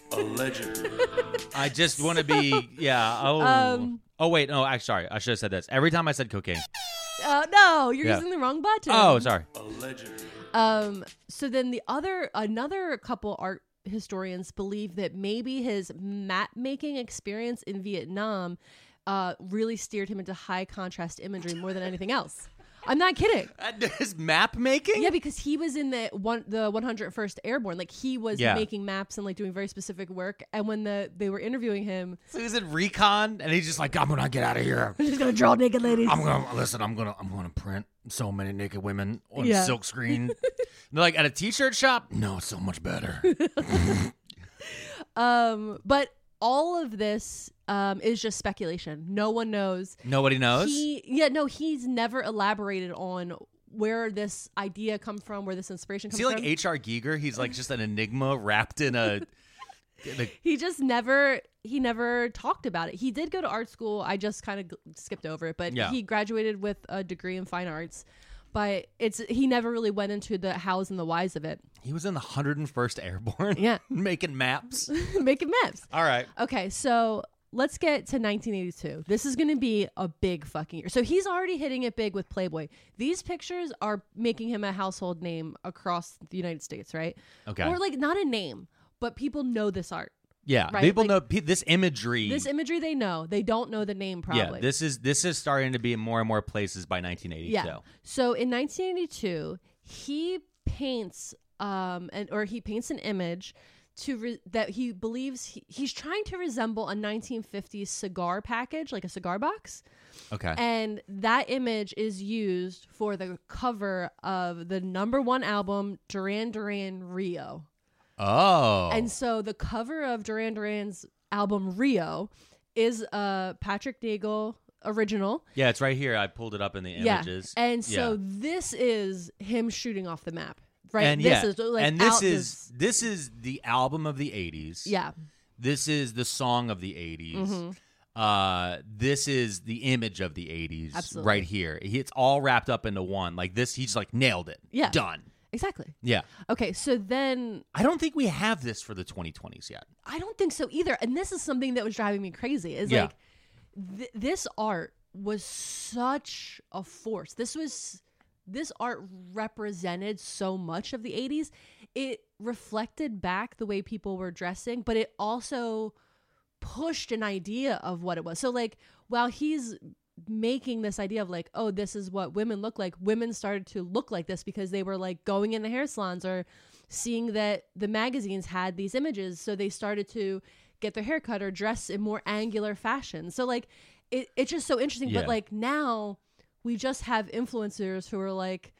[SPEAKER 1] I just want to be yeah. Oh,
[SPEAKER 2] Um,
[SPEAKER 1] oh wait, no, I sorry, I should have said this. Every time I said cocaine.
[SPEAKER 2] Oh no, you're
[SPEAKER 1] Yeah.
[SPEAKER 2] using the wrong button.
[SPEAKER 1] Oh, sorry.
[SPEAKER 2] Um, so then the other another couple art historians believe that maybe his map making experience in Vietnam uh, really steered him into high contrast imagery more than anything else. I'm not kidding.
[SPEAKER 1] Is map making?
[SPEAKER 2] Yeah, because he was in the one the 101st Airborne, like he was
[SPEAKER 1] Yeah.
[SPEAKER 2] making maps and like doing very specific work. And when the they were interviewing him,
[SPEAKER 1] So he's in recon, and he's just like, I'm gonna get out of here.
[SPEAKER 2] I'm just gonna draw naked ladies.
[SPEAKER 1] I'm gonna listen. I'm gonna I'm gonna print so many naked women on
[SPEAKER 2] Yeah.
[SPEAKER 1] silk screen. And they're like at a t-shirt shop. No, it's so much better.
[SPEAKER 2] Um, but all of this um is just speculation. No one knows.
[SPEAKER 1] Nobody knows.
[SPEAKER 2] He, yeah, no, he's never elaborated on where this idea come from, where this inspiration
[SPEAKER 1] Is
[SPEAKER 2] comes
[SPEAKER 1] he like
[SPEAKER 2] from.
[SPEAKER 1] H.R. Giger? He's like just an enigma wrapped in a. in a-
[SPEAKER 2] he just never he never talked about it. He did go to art school. I just kind of skipped over it, but
[SPEAKER 1] Yeah.
[SPEAKER 2] he graduated with a degree in fine arts. But it's he never really went into the hows and the whys of it.
[SPEAKER 1] he was in the 101st Airborne.
[SPEAKER 2] Yeah.
[SPEAKER 1] making maps.
[SPEAKER 2] Making maps.
[SPEAKER 1] All right.
[SPEAKER 2] Okay, so let's get to 1982. This is going to be a big fucking year. So he's already hitting it big with Playboy. These pictures are making him a household name across the United States, right?
[SPEAKER 1] Okay.
[SPEAKER 2] Or like not a name, but people know this art.
[SPEAKER 1] Yeah,
[SPEAKER 2] Right,
[SPEAKER 1] people
[SPEAKER 2] like-
[SPEAKER 1] know pe- this imagery.
[SPEAKER 2] This imagery they know. They don't know the name probably.
[SPEAKER 1] Yeah, this is this is starting to be in more and more places by 1982.
[SPEAKER 2] Yeah. So in 1982, he paints um and or he paints an image to re- that he believes he, he's trying to resemble a 1950s cigar package, like a cigar box.
[SPEAKER 1] Okay.
[SPEAKER 2] And that image is used for the cover of the number one album, Duran Duran Rio.
[SPEAKER 1] oh.
[SPEAKER 2] And so the cover of Duran Duran's album, Rio, is a Patrick Daigle original.
[SPEAKER 1] yeah, it's right here. I pulled it up in the images.
[SPEAKER 2] Yeah. And so
[SPEAKER 1] Yeah.
[SPEAKER 2] this is him shooting off the map, right?
[SPEAKER 1] And
[SPEAKER 2] this
[SPEAKER 1] yeah,
[SPEAKER 2] is like
[SPEAKER 1] and this
[SPEAKER 2] out
[SPEAKER 1] is this is the album of the 80s.
[SPEAKER 2] yeah.
[SPEAKER 1] This is the song of the 80s.
[SPEAKER 2] Mm-hmm.
[SPEAKER 1] Uh, this is the image of the 80s
[SPEAKER 2] Absolutely.
[SPEAKER 1] right here. He- It's all wrapped up into one. Like this, he's like nailed it.
[SPEAKER 2] Yeah.
[SPEAKER 1] Done.
[SPEAKER 2] Exactly.
[SPEAKER 1] Yeah.
[SPEAKER 2] Okay, so then
[SPEAKER 1] I don't think we have this for the 2020s yet.
[SPEAKER 2] I don't think so either. And this is something that was driving me crazy. Is
[SPEAKER 1] Yeah.
[SPEAKER 2] like th- this art was such a force. This was this art represented so much of the 80s. It reflected back the way people were dressing, but it also pushed an idea of what it was. So like while he's making this idea of like, oh, this is what women look like, women started to look like this because they were like going in the hair salons or seeing that the magazines had these images. So they started to get their hair cut or dress in more angular fashion. So like it, it's just so interesting.
[SPEAKER 1] Yeah.
[SPEAKER 2] But like now we just have influencers who are like,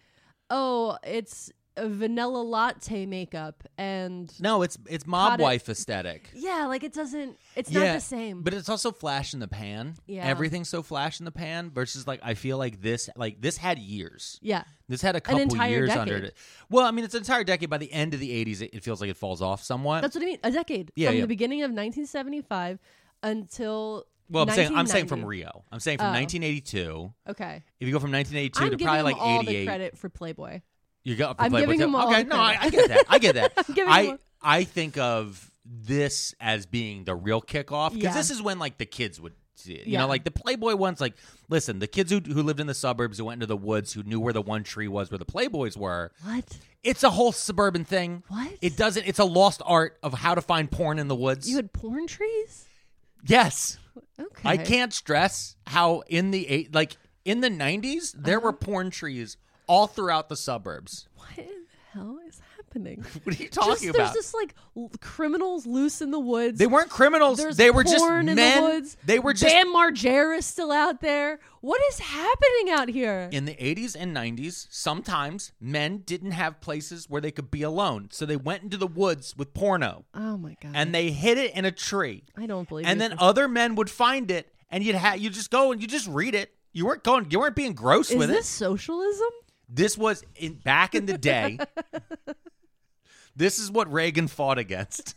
[SPEAKER 2] oh, it's a vanilla latte makeup and
[SPEAKER 1] No, it's it's mob
[SPEAKER 2] Product-
[SPEAKER 1] wife aesthetic.
[SPEAKER 2] yeah, like it doesn't it's not the same.
[SPEAKER 1] But it's also flash in the pan.
[SPEAKER 2] Yeah.
[SPEAKER 1] Everything's so flash in the pan versus like I feel like this like this had years.
[SPEAKER 2] yeah.
[SPEAKER 1] This had a couple
[SPEAKER 2] entire
[SPEAKER 1] years
[SPEAKER 2] decade.
[SPEAKER 1] under it. Well, I mean it's an entire decade. By the end of the eighties it, it feels like it falls off somewhat.
[SPEAKER 2] That's what I mean. A decade
[SPEAKER 1] Yeah,
[SPEAKER 2] from
[SPEAKER 1] yeah.
[SPEAKER 2] the beginning of 1975 until.
[SPEAKER 1] well, I'm saying I'm saying from
[SPEAKER 2] 1990.
[SPEAKER 1] Rio. I'm saying from
[SPEAKER 2] Oh.
[SPEAKER 1] nineteen eighty two.
[SPEAKER 2] Okay,
[SPEAKER 1] If you go from nineteen eighty two
[SPEAKER 2] I'm
[SPEAKER 1] to
[SPEAKER 2] giving
[SPEAKER 1] probably
[SPEAKER 2] him
[SPEAKER 1] like
[SPEAKER 2] all
[SPEAKER 1] eighty
[SPEAKER 2] the
[SPEAKER 1] eight.
[SPEAKER 2] credit for Playboy.
[SPEAKER 1] You go for
[SPEAKER 2] I'm
[SPEAKER 1] Playboy
[SPEAKER 2] giving
[SPEAKER 1] too?
[SPEAKER 2] him all
[SPEAKER 1] Okay,
[SPEAKER 2] the
[SPEAKER 1] no, I,
[SPEAKER 2] credit.
[SPEAKER 1] I get that. I get that.
[SPEAKER 2] I'm giving
[SPEAKER 1] I
[SPEAKER 2] him all-
[SPEAKER 1] I think of this as being the real kickoff because
[SPEAKER 2] Yeah.
[SPEAKER 1] this is when like the kids would see it. You
[SPEAKER 2] Yeah.
[SPEAKER 1] know, like the Playboy ones. Like, listen, the kids who who lived in the suburbs, who went into the woods, who knew where the one tree was, where the Playboys were.
[SPEAKER 2] What?
[SPEAKER 1] It's a whole suburban thing.
[SPEAKER 2] What?
[SPEAKER 1] It doesn't. It's a lost art of how to find porn in the woods.
[SPEAKER 2] You had porn trees?
[SPEAKER 1] yes,
[SPEAKER 2] Okay.
[SPEAKER 1] I can't stress how in the eight like in the nineties there
[SPEAKER 2] Uh-huh.
[SPEAKER 1] were porn trees all throughout the suburbs.
[SPEAKER 2] What in the hell is happening?
[SPEAKER 1] What are you
[SPEAKER 2] Just
[SPEAKER 1] talking
[SPEAKER 2] there's
[SPEAKER 1] about?
[SPEAKER 2] just like l- criminals loose in the woods.
[SPEAKER 1] They weren't criminals.
[SPEAKER 2] There's
[SPEAKER 1] they were just
[SPEAKER 2] porn
[SPEAKER 1] men.
[SPEAKER 2] in the woods.
[SPEAKER 1] They were just
[SPEAKER 2] Van Margera still out there. What is happening out here?
[SPEAKER 1] in the 80s and 90s. Sometimes men didn't have places where they could be alone, so they went into the woods with porno
[SPEAKER 2] oh my god!
[SPEAKER 1] and they hid it in a tree.
[SPEAKER 2] I don't believe.
[SPEAKER 1] And
[SPEAKER 2] you.
[SPEAKER 1] then other men would find it, and you'd ha- you just go and you just read it. You weren't going. You weren't being gross
[SPEAKER 2] is
[SPEAKER 1] with
[SPEAKER 2] this
[SPEAKER 1] it.
[SPEAKER 2] socialism?
[SPEAKER 1] This was in back in the day. this is what Reagan fought against.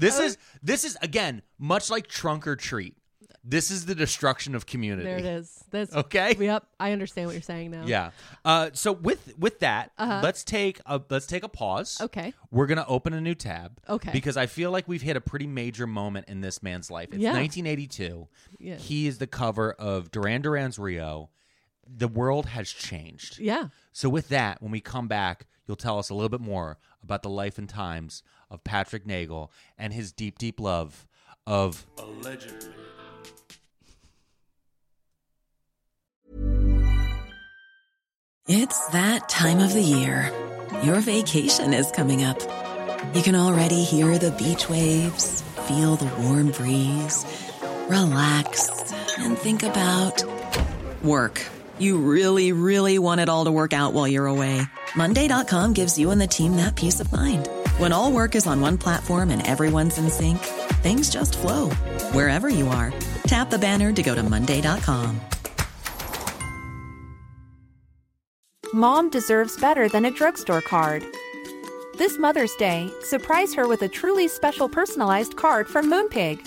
[SPEAKER 1] this is this is again much like trunk or treat. This is the destruction of community.
[SPEAKER 2] There it is. That's
[SPEAKER 1] Okay.
[SPEAKER 2] Yep, I understand what you're saying now.
[SPEAKER 1] Yeah. Uh, so with with that, let's take a let's take a pause.
[SPEAKER 2] Uh-huh. Okay.
[SPEAKER 1] We're gonna open a new tab.
[SPEAKER 2] Okay.
[SPEAKER 1] Because I feel like we've hit a pretty major moment in this man's life. It's
[SPEAKER 2] Yeah.
[SPEAKER 1] 1982.
[SPEAKER 2] Yeah.
[SPEAKER 1] He is the cover of Duran Duran's Rio. The world has changed.
[SPEAKER 2] Yeah.
[SPEAKER 1] So with that, when we come back, you'll tell us a little bit more about the life and times of Patrick Nagel and his deep, deep love of
[SPEAKER 3] Allegedly.
[SPEAKER 4] It's that time of the year. Your vacation is coming up. You can already hear the beach waves, feel the warm breeze, relax, and think about work. You really, really want it all to work out while you're away. Monday.com gives you and the team that peace of mind. When all work is on one platform and everyone's in sync, things just flow wherever you are. Tap the banner to go to Monday.com.
[SPEAKER 5] Mom deserves better than a drugstore card. This Mother's Day, surprise her with a truly special personalized card from Moonpig.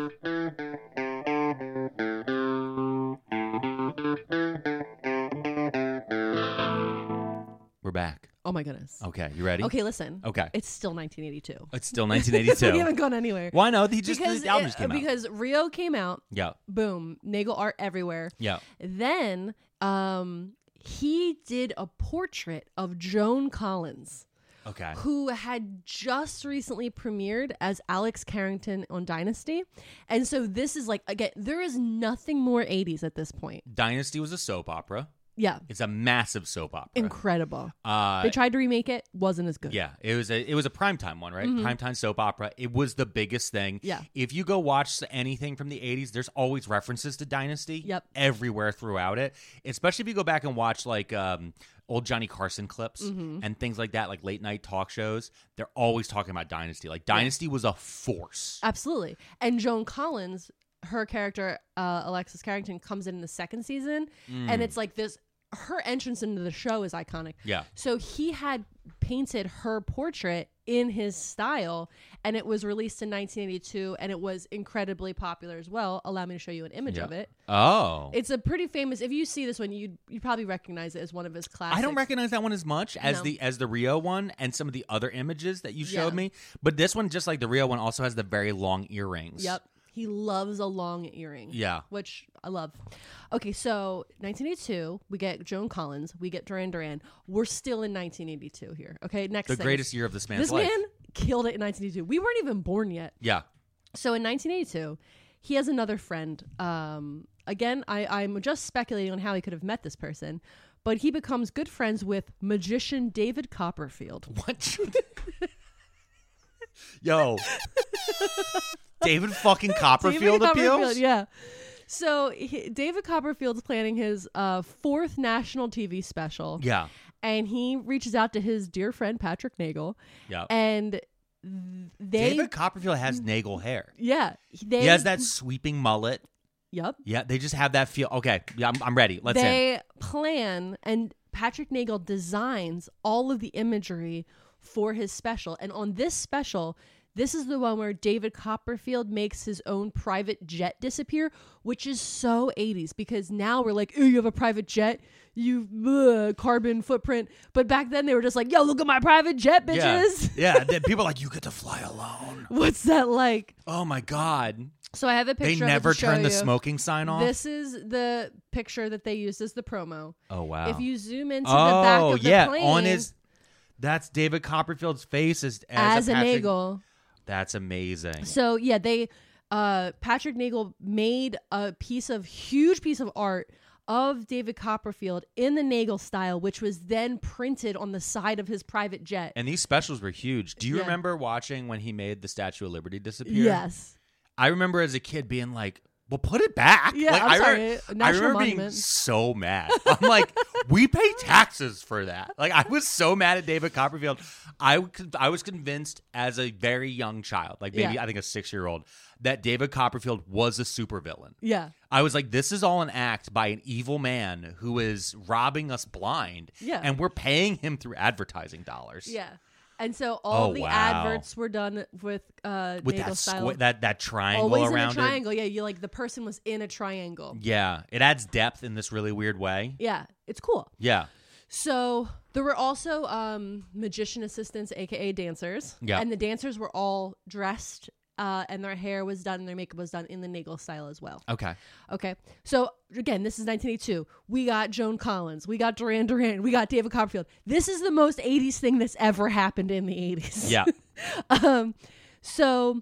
[SPEAKER 1] We're back.
[SPEAKER 2] Oh my goodness.
[SPEAKER 1] Okay, you ready?
[SPEAKER 2] Okay, listen.
[SPEAKER 1] Okay.
[SPEAKER 2] It's still 1982.
[SPEAKER 1] It's still 1982.
[SPEAKER 2] we haven't gone anywhere.
[SPEAKER 1] Why not? He just
[SPEAKER 2] because
[SPEAKER 1] the album
[SPEAKER 2] it-
[SPEAKER 1] just came out.
[SPEAKER 2] because Rio came out.
[SPEAKER 1] Yeah,
[SPEAKER 2] Boom. Nagel art everywhere.
[SPEAKER 1] yeah.
[SPEAKER 2] Then um he did a portrait of Joan Collins,
[SPEAKER 1] Okay.
[SPEAKER 2] who had just recently premiered as Alex Carrington on Dynasty. And so this is like again, there is nothing more 80s at this point.
[SPEAKER 1] Dynasty was a soap opera.
[SPEAKER 2] Yeah.
[SPEAKER 1] It's a massive soap opera.
[SPEAKER 2] Incredible.
[SPEAKER 1] Uh,
[SPEAKER 2] they tried to remake it, wasn't as good.
[SPEAKER 1] yeah, it was a it was a primetime one, right? Primetime soap opera. It was the biggest thing.
[SPEAKER 2] Mm-hmm. Yeah.
[SPEAKER 1] If you go watch anything from the 80s, there's always references to Dynasty
[SPEAKER 2] Yep.
[SPEAKER 1] everywhere throughout it. Especially if you go back and watch like um old Johnny Carson clips
[SPEAKER 2] Mm-hmm.
[SPEAKER 1] and things like that, like late night talk shows, they're always talking about Dynasty. Like Dynasty was a force.
[SPEAKER 2] Absolutely. And Joan Collins, her character, uh, Alexis Carrington, comes in, in the second season.
[SPEAKER 1] Mm.
[SPEAKER 2] And it's like this her entrance into the show is iconic.
[SPEAKER 1] Yeah.
[SPEAKER 2] So he had painted her portrait in his style, and it was released in 1982, and it was incredibly popular as well. Allow me to show you an image
[SPEAKER 1] Yeah.
[SPEAKER 2] of it.
[SPEAKER 1] Oh.
[SPEAKER 2] It's a pretty famous. If you see this one, you'd you would probably recognize it as one of his classics.
[SPEAKER 1] I don't recognize that one as much as
[SPEAKER 2] No.
[SPEAKER 1] the as the Rio one and some of the other images that you showed
[SPEAKER 2] Yeah.
[SPEAKER 1] me. But this one, just like the Rio one, also has the very long earrings.
[SPEAKER 2] Yep. He loves a long earring.
[SPEAKER 1] Yeah.
[SPEAKER 2] Which I love. Okay, so 1982, we get Joan Collins, we get Duran Duran. We're still in 1982 here. Okay, next
[SPEAKER 1] The
[SPEAKER 2] thing.
[SPEAKER 1] greatest year of this man's
[SPEAKER 2] This
[SPEAKER 1] life.
[SPEAKER 2] man killed it in 1982. We weren't even born yet.
[SPEAKER 1] yeah.
[SPEAKER 2] So in 1982, he has another friend. Um, again, I, I'm just speculating on how he could have met this person, but he becomes good friends with magician David Copperfield.
[SPEAKER 1] What? Yo. David fucking Copperfield
[SPEAKER 2] David
[SPEAKER 1] appeals?
[SPEAKER 2] Copperfield, yeah. So he, David Copperfield's planning his uh, fourth national TV special.
[SPEAKER 1] Yeah.
[SPEAKER 2] And he reaches out to his dear friend Patrick Nagel.
[SPEAKER 1] Yeah.
[SPEAKER 2] And th- they.
[SPEAKER 1] David Copperfield has Nagel hair.
[SPEAKER 2] yeah. They,
[SPEAKER 1] He has that sweeping mullet.
[SPEAKER 2] Yep.
[SPEAKER 1] Yeah, they just have that feel. Okay, yeah, I'm, I'm ready. Let's in.
[SPEAKER 2] they plan and Patrick Nagel designs all of the imagery for his special. And on this special, this is the one where David Copperfield makes his own private jet disappear, which is so 80s because now we're like, oh, you have a private jet, you ugh, carbon footprint. But back then they were just like, yo, look at my private jet, bitches.
[SPEAKER 1] Yeah, yeah. then people are like, you get to fly alone.
[SPEAKER 2] What's that like?
[SPEAKER 1] Oh my God.
[SPEAKER 2] So I have a
[SPEAKER 1] They
[SPEAKER 2] picture.
[SPEAKER 1] never
[SPEAKER 2] of it to show
[SPEAKER 1] turn the
[SPEAKER 2] you.
[SPEAKER 1] smoking sign off.
[SPEAKER 2] This is the picture that they used as the promo.
[SPEAKER 1] oh, wow.
[SPEAKER 2] If you zoom into the back
[SPEAKER 1] oh,
[SPEAKER 2] of the
[SPEAKER 1] yeah.
[SPEAKER 2] plane,
[SPEAKER 1] On his. That's David Copperfield's face as, as,
[SPEAKER 2] as,
[SPEAKER 1] a
[SPEAKER 2] an
[SPEAKER 1] Patrick-
[SPEAKER 2] eagle.
[SPEAKER 1] That's amazing.
[SPEAKER 2] So yeah, they uh Patrick Nagel made a piece of huge piece of art of David Copperfield in the Nagel style, which was then printed on the side of his private jet.
[SPEAKER 1] And these specials were huge. Do you
[SPEAKER 2] Yeah.
[SPEAKER 1] remember watching when he made the Statue of Liberty disappear?
[SPEAKER 2] yes.
[SPEAKER 1] I remember as a kid being like, well, put it back.
[SPEAKER 2] Yeah,
[SPEAKER 1] like,
[SPEAKER 2] I'm
[SPEAKER 1] I
[SPEAKER 2] sorry.
[SPEAKER 1] remember- I
[SPEAKER 2] National
[SPEAKER 1] remember being
[SPEAKER 2] Monument.
[SPEAKER 1] so mad. I'm like, we pay taxes for that. Like, I was so mad at David Copperfield. I, w- I was convinced as a very young child, like maybe
[SPEAKER 2] Yeah.
[SPEAKER 1] I think a six year old, that David Copperfield was a supervillain.
[SPEAKER 2] Yeah.
[SPEAKER 1] I was like, this is all an act by an evil man who is robbing us blind.
[SPEAKER 2] Yeah.
[SPEAKER 1] And we're paying him through advertising dollars.
[SPEAKER 2] Yeah. And so all
[SPEAKER 1] Oh,
[SPEAKER 2] the
[SPEAKER 1] wow.
[SPEAKER 2] adverts were done with uh
[SPEAKER 1] with
[SPEAKER 2] Nagel
[SPEAKER 1] that
[SPEAKER 2] style.
[SPEAKER 1] squ- that that triangle
[SPEAKER 2] Always in
[SPEAKER 1] around
[SPEAKER 2] a triangle. Yeah, you like the person was in a triangle.
[SPEAKER 1] it. Yeah, it adds depth in this really weird way.
[SPEAKER 2] Yeah, it's cool.
[SPEAKER 1] Yeah,
[SPEAKER 2] So there were also um, magician assistants, aka dancers.
[SPEAKER 1] Yeah.
[SPEAKER 2] And the dancers were all dressed, uh, and their hair was done, and their makeup was done in the Nagel style as well.
[SPEAKER 1] okay.
[SPEAKER 2] Okay. So again, this is 1982. We got Joan Collins. We got Duran Duran. We got David Copperfield. This is the most 80s thing that's ever happened in the 80s.
[SPEAKER 1] Yeah,
[SPEAKER 2] Um, so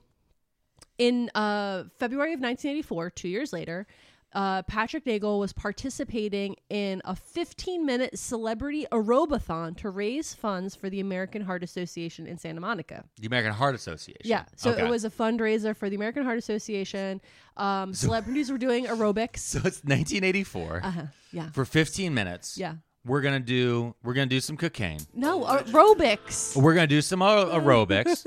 [SPEAKER 2] in uh, February of 1984, two years later, uh, Patrick Nagel was participating in a 15 minute celebrity aerobathon to raise funds for the American Heart Association in Santa Monica.
[SPEAKER 1] the American Heart Association.
[SPEAKER 2] Yeah. So
[SPEAKER 1] Okay.
[SPEAKER 2] it was a fundraiser for the American Heart Association. Um, celebrities were doing aerobics.
[SPEAKER 1] So it's 1984.
[SPEAKER 2] Uh-huh. Yeah.
[SPEAKER 1] For 15 minutes.
[SPEAKER 2] Yeah.
[SPEAKER 1] We're gonna do we're gonna do some cocaine.
[SPEAKER 2] No, aerobics.
[SPEAKER 1] We're gonna do some aer- aerobics.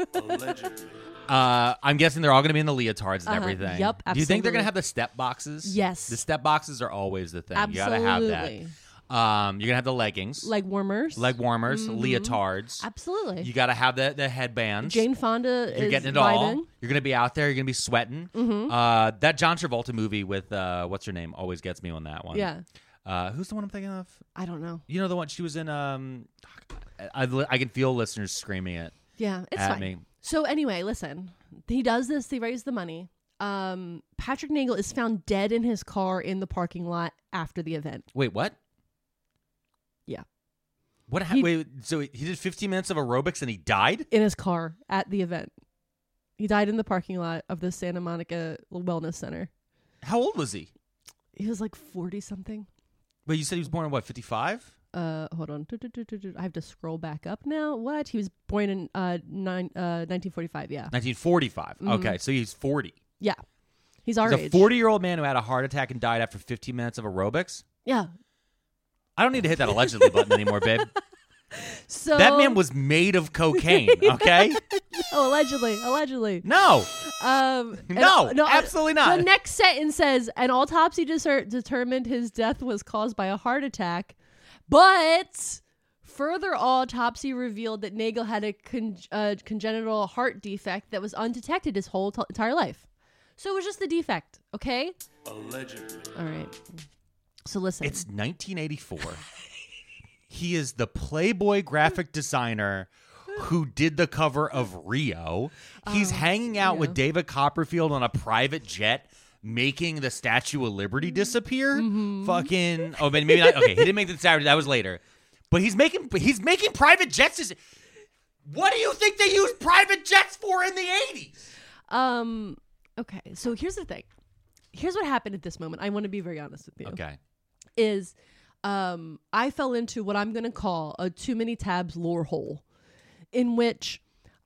[SPEAKER 1] Uh, I'm guessing they're all gonna be in the leotards and
[SPEAKER 2] Uh-huh.
[SPEAKER 1] everything.
[SPEAKER 2] Yep,
[SPEAKER 1] Do you think they're
[SPEAKER 2] absolutely.
[SPEAKER 1] gonna have the step boxes?
[SPEAKER 2] Yes.
[SPEAKER 1] The step boxes are always the thing. You gotta have
[SPEAKER 2] Absolutely.
[SPEAKER 1] that. Um, you're gonna have the leggings,
[SPEAKER 2] Leg warmers.
[SPEAKER 1] leg warmers,
[SPEAKER 2] Mm-hmm.
[SPEAKER 1] leotards.
[SPEAKER 2] Absolutely.
[SPEAKER 1] You got to have the the headbands.
[SPEAKER 2] Jane Fonda
[SPEAKER 1] You're
[SPEAKER 2] is
[SPEAKER 1] getting it
[SPEAKER 2] vibing. Mm-hmm.
[SPEAKER 1] all. You're gonna be out there. You're gonna be sweating. Uh, that John Travolta movie with uh, what's her name always gets me on that one.
[SPEAKER 2] Yeah.
[SPEAKER 1] Uh, who's the one I'm thinking of?
[SPEAKER 2] I don't know.
[SPEAKER 1] You know the one she was in. Um, I, I, I can feel listeners screaming it.
[SPEAKER 2] Yeah, it's
[SPEAKER 1] at
[SPEAKER 2] fine.
[SPEAKER 1] me.
[SPEAKER 2] So anyway, listen. He does this. They raise the money. Um, Patrick Nagel is found dead in his car in the parking lot after the event.
[SPEAKER 1] Wait, what?
[SPEAKER 2] Yeah,
[SPEAKER 1] What? Ha-
[SPEAKER 2] He-
[SPEAKER 1] wait, so he did 15 minutes of aerobics and he died?
[SPEAKER 2] in his car at the event. He died in the parking lot of the Santa Monica Wellness Center.
[SPEAKER 1] How old was he?
[SPEAKER 2] He was like forty something.
[SPEAKER 1] But you said he was born in what, 55?
[SPEAKER 2] Uh, hold on. Du- du- du- du- du- I have to scroll back up now. What? He was born in uh, nine, uh 1945. Yeah.
[SPEAKER 1] 1945. Okay, so he's 40.
[SPEAKER 2] Yeah. He's Mm-hmm. our
[SPEAKER 1] He's a
[SPEAKER 2] age.
[SPEAKER 1] 40 year old man who had a heart attack and died after 15 minutes of aerobics.
[SPEAKER 2] Yeah.
[SPEAKER 1] I don't need to hit that allegedly button anymore, babe.
[SPEAKER 2] So
[SPEAKER 1] That man was made of cocaine, okay?
[SPEAKER 2] oh, allegedly, allegedly.
[SPEAKER 1] No.
[SPEAKER 2] Um, and-
[SPEAKER 1] No,
[SPEAKER 2] uh,
[SPEAKER 1] absolutely not.
[SPEAKER 2] The next sentence says an autopsy deser- determined his death was caused by a heart attack, but further autopsy revealed that Nagel had a con- uh, congenital heart defect that was undetected his whole t- entire life. So it was just the defect, okay? Allegedly. All right. So listen.
[SPEAKER 1] It's 1984. he is the Playboy graphic designer who did the cover of Rio. He's hanging out with David Copperfield on a private jet. Making the Statue of Liberty disappear, fucking. Oh, maybe not. Okay, he didn't make the Saturday. That was later. But he's making he's making private jets. dis- What do you think they used private jets for in the eighties?
[SPEAKER 2] um. Okay. So here's the thing. Here's what happened at this moment. I want to be very honest with you.
[SPEAKER 1] Okay,
[SPEAKER 2] is um, I fell into what I'm going to call a too many tabs lore hole, in which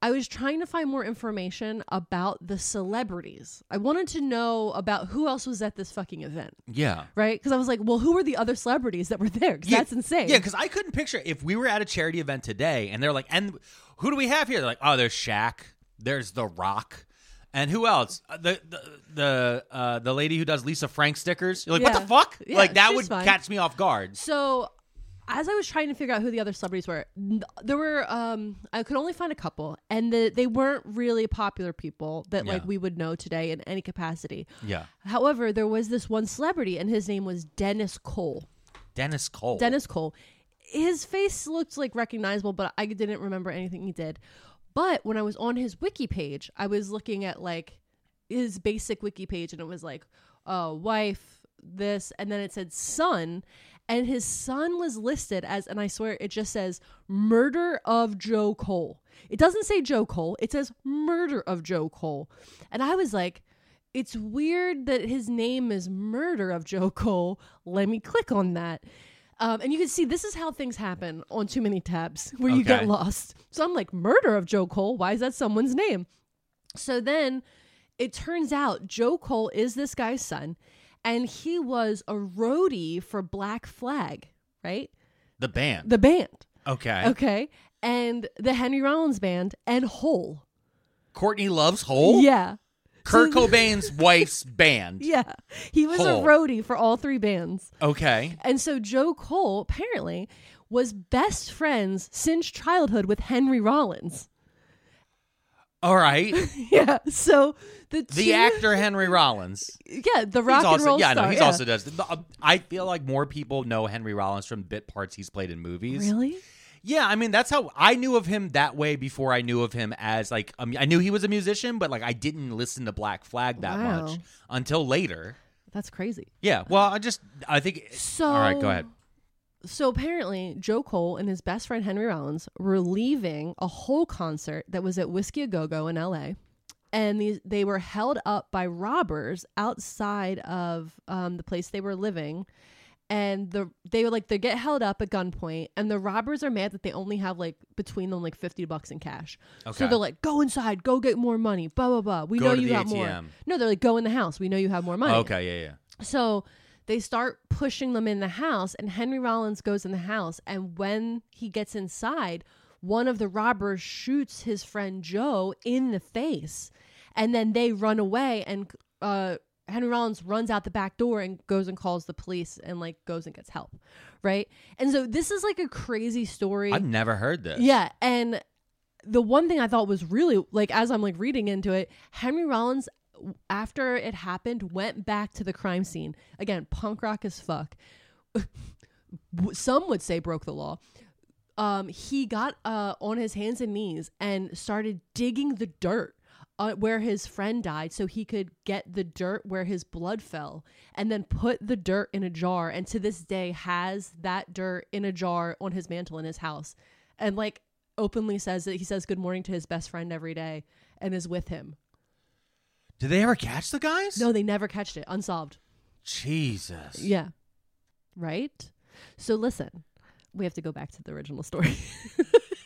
[SPEAKER 2] I was trying to find more information about the celebrities. I wanted to know about who else was at this fucking event,
[SPEAKER 1] yeah.
[SPEAKER 2] right? Because I was like, well, who were the other celebrities that were there? 'Cause
[SPEAKER 1] Yeah,
[SPEAKER 2] that's insane.
[SPEAKER 1] Yeah, because I couldn't picture if we were at a charity event today and they're like, and who do we have here? They're like, oh, there's Shaq, there's The Rock, and who else? Uh, The the the, uh, the lady who does Lisa Frank stickers. You're like, what
[SPEAKER 2] Yeah.
[SPEAKER 1] the fuck?
[SPEAKER 2] Yeah,
[SPEAKER 1] like that
[SPEAKER 2] she's
[SPEAKER 1] would
[SPEAKER 2] fine.
[SPEAKER 1] catch me off guard.
[SPEAKER 2] So, as I was trying to figure out who the other celebrities were, n- there were um I could only find a couple, and the, they weren't really popular people that like
[SPEAKER 1] Yeah.
[SPEAKER 2] we would know today in any capacity.
[SPEAKER 1] Yeah,
[SPEAKER 2] However, there was this one celebrity, and his name was Dennis Cole.
[SPEAKER 1] Dennis Cole.
[SPEAKER 2] Dennis Cole. His face looked like recognizable, but I didn't remember anything he did. But when I was on his wiki page, I was looking at like his basic wiki page, and it was like, uh, wife, this, and then it said son, and his son was listed as, and I swear it just says murder of Joe Cole. It doesn't say Joe Cole, it says murder of Joe Cole. And I was like, it's weird that his name is murder of Joe Cole. Let me click on that. Um, and you can see this is how things happen on too many tabs where you get
[SPEAKER 1] Okay.
[SPEAKER 2] lost. So I'm like, murder of Joe Cole. Why is that someone's name? So then it turns out Joe Cole is this guy's son, and he was a roadie for Black Flag, right?
[SPEAKER 1] the band.
[SPEAKER 2] The band.
[SPEAKER 1] okay.
[SPEAKER 2] Okay. And the Henry Rollins band and Hole.
[SPEAKER 1] Courtney loves Hole.
[SPEAKER 2] Yeah.
[SPEAKER 1] Kurt Cobain's wife's band.
[SPEAKER 2] Yeah. He was
[SPEAKER 1] Hole.
[SPEAKER 2] a roadie for all three bands.
[SPEAKER 1] Okay.
[SPEAKER 2] And so Joe Cole apparently was best friends since childhood with Henry Rollins.
[SPEAKER 1] All right.
[SPEAKER 2] Yeah. So the two,
[SPEAKER 1] The actor Henry Rollins.
[SPEAKER 2] yeah, the
[SPEAKER 1] he's
[SPEAKER 2] rock and
[SPEAKER 1] also,
[SPEAKER 2] roll
[SPEAKER 1] yeah,
[SPEAKER 2] star.
[SPEAKER 1] no, he's
[SPEAKER 2] yeah.
[SPEAKER 1] also does. the- I feel like more people know Henry Rollins from bit parts he's played in movies.
[SPEAKER 2] really.
[SPEAKER 1] Yeah, I mean that's how I knew of him that way before I knew of him as like um, I knew he was a musician, but like I didn't listen to Black Flag that
[SPEAKER 2] Wow.
[SPEAKER 1] much until later.
[SPEAKER 2] That's crazy.
[SPEAKER 1] Yeah, well, I just I think
[SPEAKER 2] So
[SPEAKER 1] all right, go ahead.
[SPEAKER 2] So apparently, Joe Cole and his best friend Henry Rollins were leaving a whole concert that was at Whiskey a Go Go in L.A. And these, they were held up by robbers outside of um, the place they were living, and the they were like they get held up at gunpoint, and the robbers are mad that they only have like between them like fifty bucks in cash. So
[SPEAKER 1] Okay.
[SPEAKER 2] they're like, "Go inside, go get more money, blah blah blah. We
[SPEAKER 1] Go
[SPEAKER 2] know
[SPEAKER 1] to
[SPEAKER 2] you
[SPEAKER 1] the
[SPEAKER 2] got more."
[SPEAKER 1] ATM.
[SPEAKER 2] No, they're like, "Go in the house. We know you have more money."
[SPEAKER 1] Okay, yeah, yeah.
[SPEAKER 2] So they start pushing them in the house, and Henry Rollins goes in the house. And when he gets inside, one of the robbers shoots his friend Joe in the face. And then they run away, and uh, Henry Rollins runs out the back door and goes and calls the police and like goes and gets help. Right. And so this is like a crazy story.
[SPEAKER 1] I've never heard this.
[SPEAKER 2] Yeah, and the one thing I thought was really like as I'm like reading into it, Henry Rollins w- after it happened went back to the crime scene. Again, punk rock as fuck. W- Some would say broke the law. Um he got uh on his hands and knees and started digging the dirt uh, where his friend died so he could get the dirt where his blood fell and then put the dirt in a jar and to this day has that dirt in a jar on his mantle in his house and like openly says that he says good morning to his best friend every day and is with him
[SPEAKER 1] Did they ever catch the guys?
[SPEAKER 2] no they never catched it unsolved
[SPEAKER 1] Jesus.
[SPEAKER 2] yeah right? So listen, we have to go back to the original story.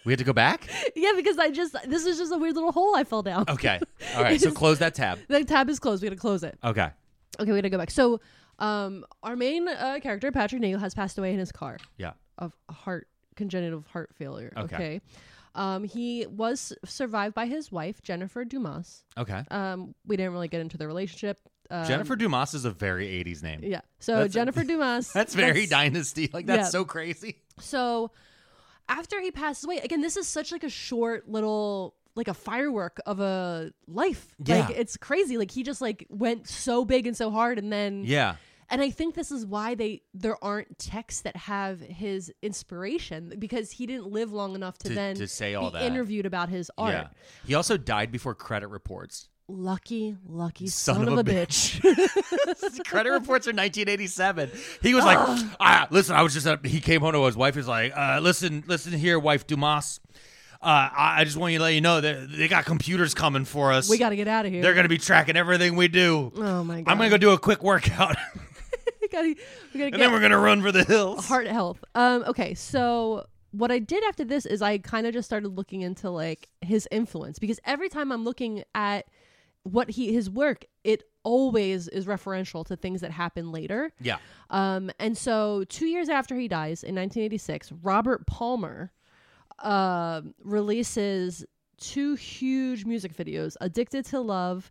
[SPEAKER 1] We had to go back?
[SPEAKER 2] yeah, because I just this is just a weird little hole I fell down.
[SPEAKER 1] Okay. All right. So close that tab.
[SPEAKER 2] The tab is closed. We gotta close it.
[SPEAKER 1] Okay.
[SPEAKER 2] Okay, we gotta go back. So, um, our main uh, character Patrick Neal has passed away in his car
[SPEAKER 1] Yeah.
[SPEAKER 2] of heart congenital heart failure.
[SPEAKER 1] Okay.
[SPEAKER 2] Okay. Um, he was survived by his wife Jennifer Dumas.
[SPEAKER 1] Okay.
[SPEAKER 2] Um, we didn't really get into the relationship. Um,
[SPEAKER 1] Jennifer Dumas is a very 80s name.
[SPEAKER 2] Yeah. So
[SPEAKER 1] That's a-
[SPEAKER 2] Jennifer Dumas.
[SPEAKER 1] That's very dynasty. Like that's
[SPEAKER 2] Yeah.
[SPEAKER 1] so crazy.
[SPEAKER 2] So after he passes away, again, this is such like a short little like a firework of a life. Like
[SPEAKER 1] Yeah.
[SPEAKER 2] it's crazy. Like he just like went so big and so hard and then
[SPEAKER 1] Yeah.
[SPEAKER 2] and I think this is why they there aren't texts that have his inspiration because he didn't live long enough to,
[SPEAKER 1] To-
[SPEAKER 2] then
[SPEAKER 1] to say all
[SPEAKER 2] be
[SPEAKER 1] that.
[SPEAKER 2] interviewed about his art.
[SPEAKER 1] Yeah. He also died before credit reports.
[SPEAKER 2] Lucky, lucky
[SPEAKER 1] Son
[SPEAKER 2] son,
[SPEAKER 1] of
[SPEAKER 2] of,
[SPEAKER 1] a
[SPEAKER 2] a bitch.
[SPEAKER 1] credit reports are 1987. He was like, ah, listen, I was just, at, he came home to his wife. He's like, uh, listen, listen here, wife Dumas. Uh, I, I just want you to let you know that they got computers coming for us.
[SPEAKER 2] we got to get out of here.
[SPEAKER 1] They're going to be tracking everything we do.
[SPEAKER 2] oh my god!
[SPEAKER 1] I'm going to go do a quick workout
[SPEAKER 2] We gotta, we gotta
[SPEAKER 1] and
[SPEAKER 2] get
[SPEAKER 1] then we're going to run for the hills.
[SPEAKER 2] heart health. Um, okay, so what I did after this is I kind of just started looking into like his influence because every time I'm looking at what he his work, it always is referential to things that happen later.
[SPEAKER 1] yeah.
[SPEAKER 2] Um, and so two years after he dies in 1986, Robert Palmer um releases two huge music videos, "Addicted to Love"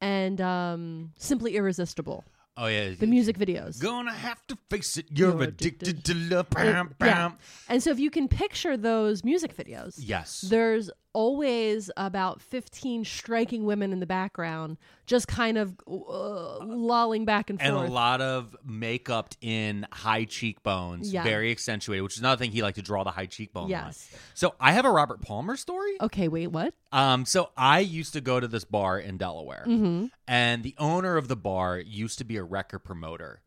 [SPEAKER 2] and um, "Simply Irresistible."
[SPEAKER 1] Oh, yeah.
[SPEAKER 2] The music videos.
[SPEAKER 1] Gonna have to face it. You're,
[SPEAKER 2] You're
[SPEAKER 1] addicted,
[SPEAKER 2] addicted.
[SPEAKER 1] to love.
[SPEAKER 2] Yeah.
[SPEAKER 1] Bam, bam.
[SPEAKER 2] And so if you can picture those music videos,
[SPEAKER 1] Yes.
[SPEAKER 2] there's always about 15 striking women in the background just kind of uh, lolling back and,
[SPEAKER 1] and
[SPEAKER 2] forth.
[SPEAKER 1] a lot of makeup in high cheekbones,
[SPEAKER 2] Yeah.
[SPEAKER 1] very accentuated, which is another thing he liked to draw the high cheekbone
[SPEAKER 2] Yes.
[SPEAKER 1] line. So I have a Robert Palmer story.
[SPEAKER 2] Okay, wait, what?
[SPEAKER 1] Um, so I used to go to this bar in Delaware,
[SPEAKER 2] Mm-hmm.
[SPEAKER 1] and the owner of the bar used to be a record promoter.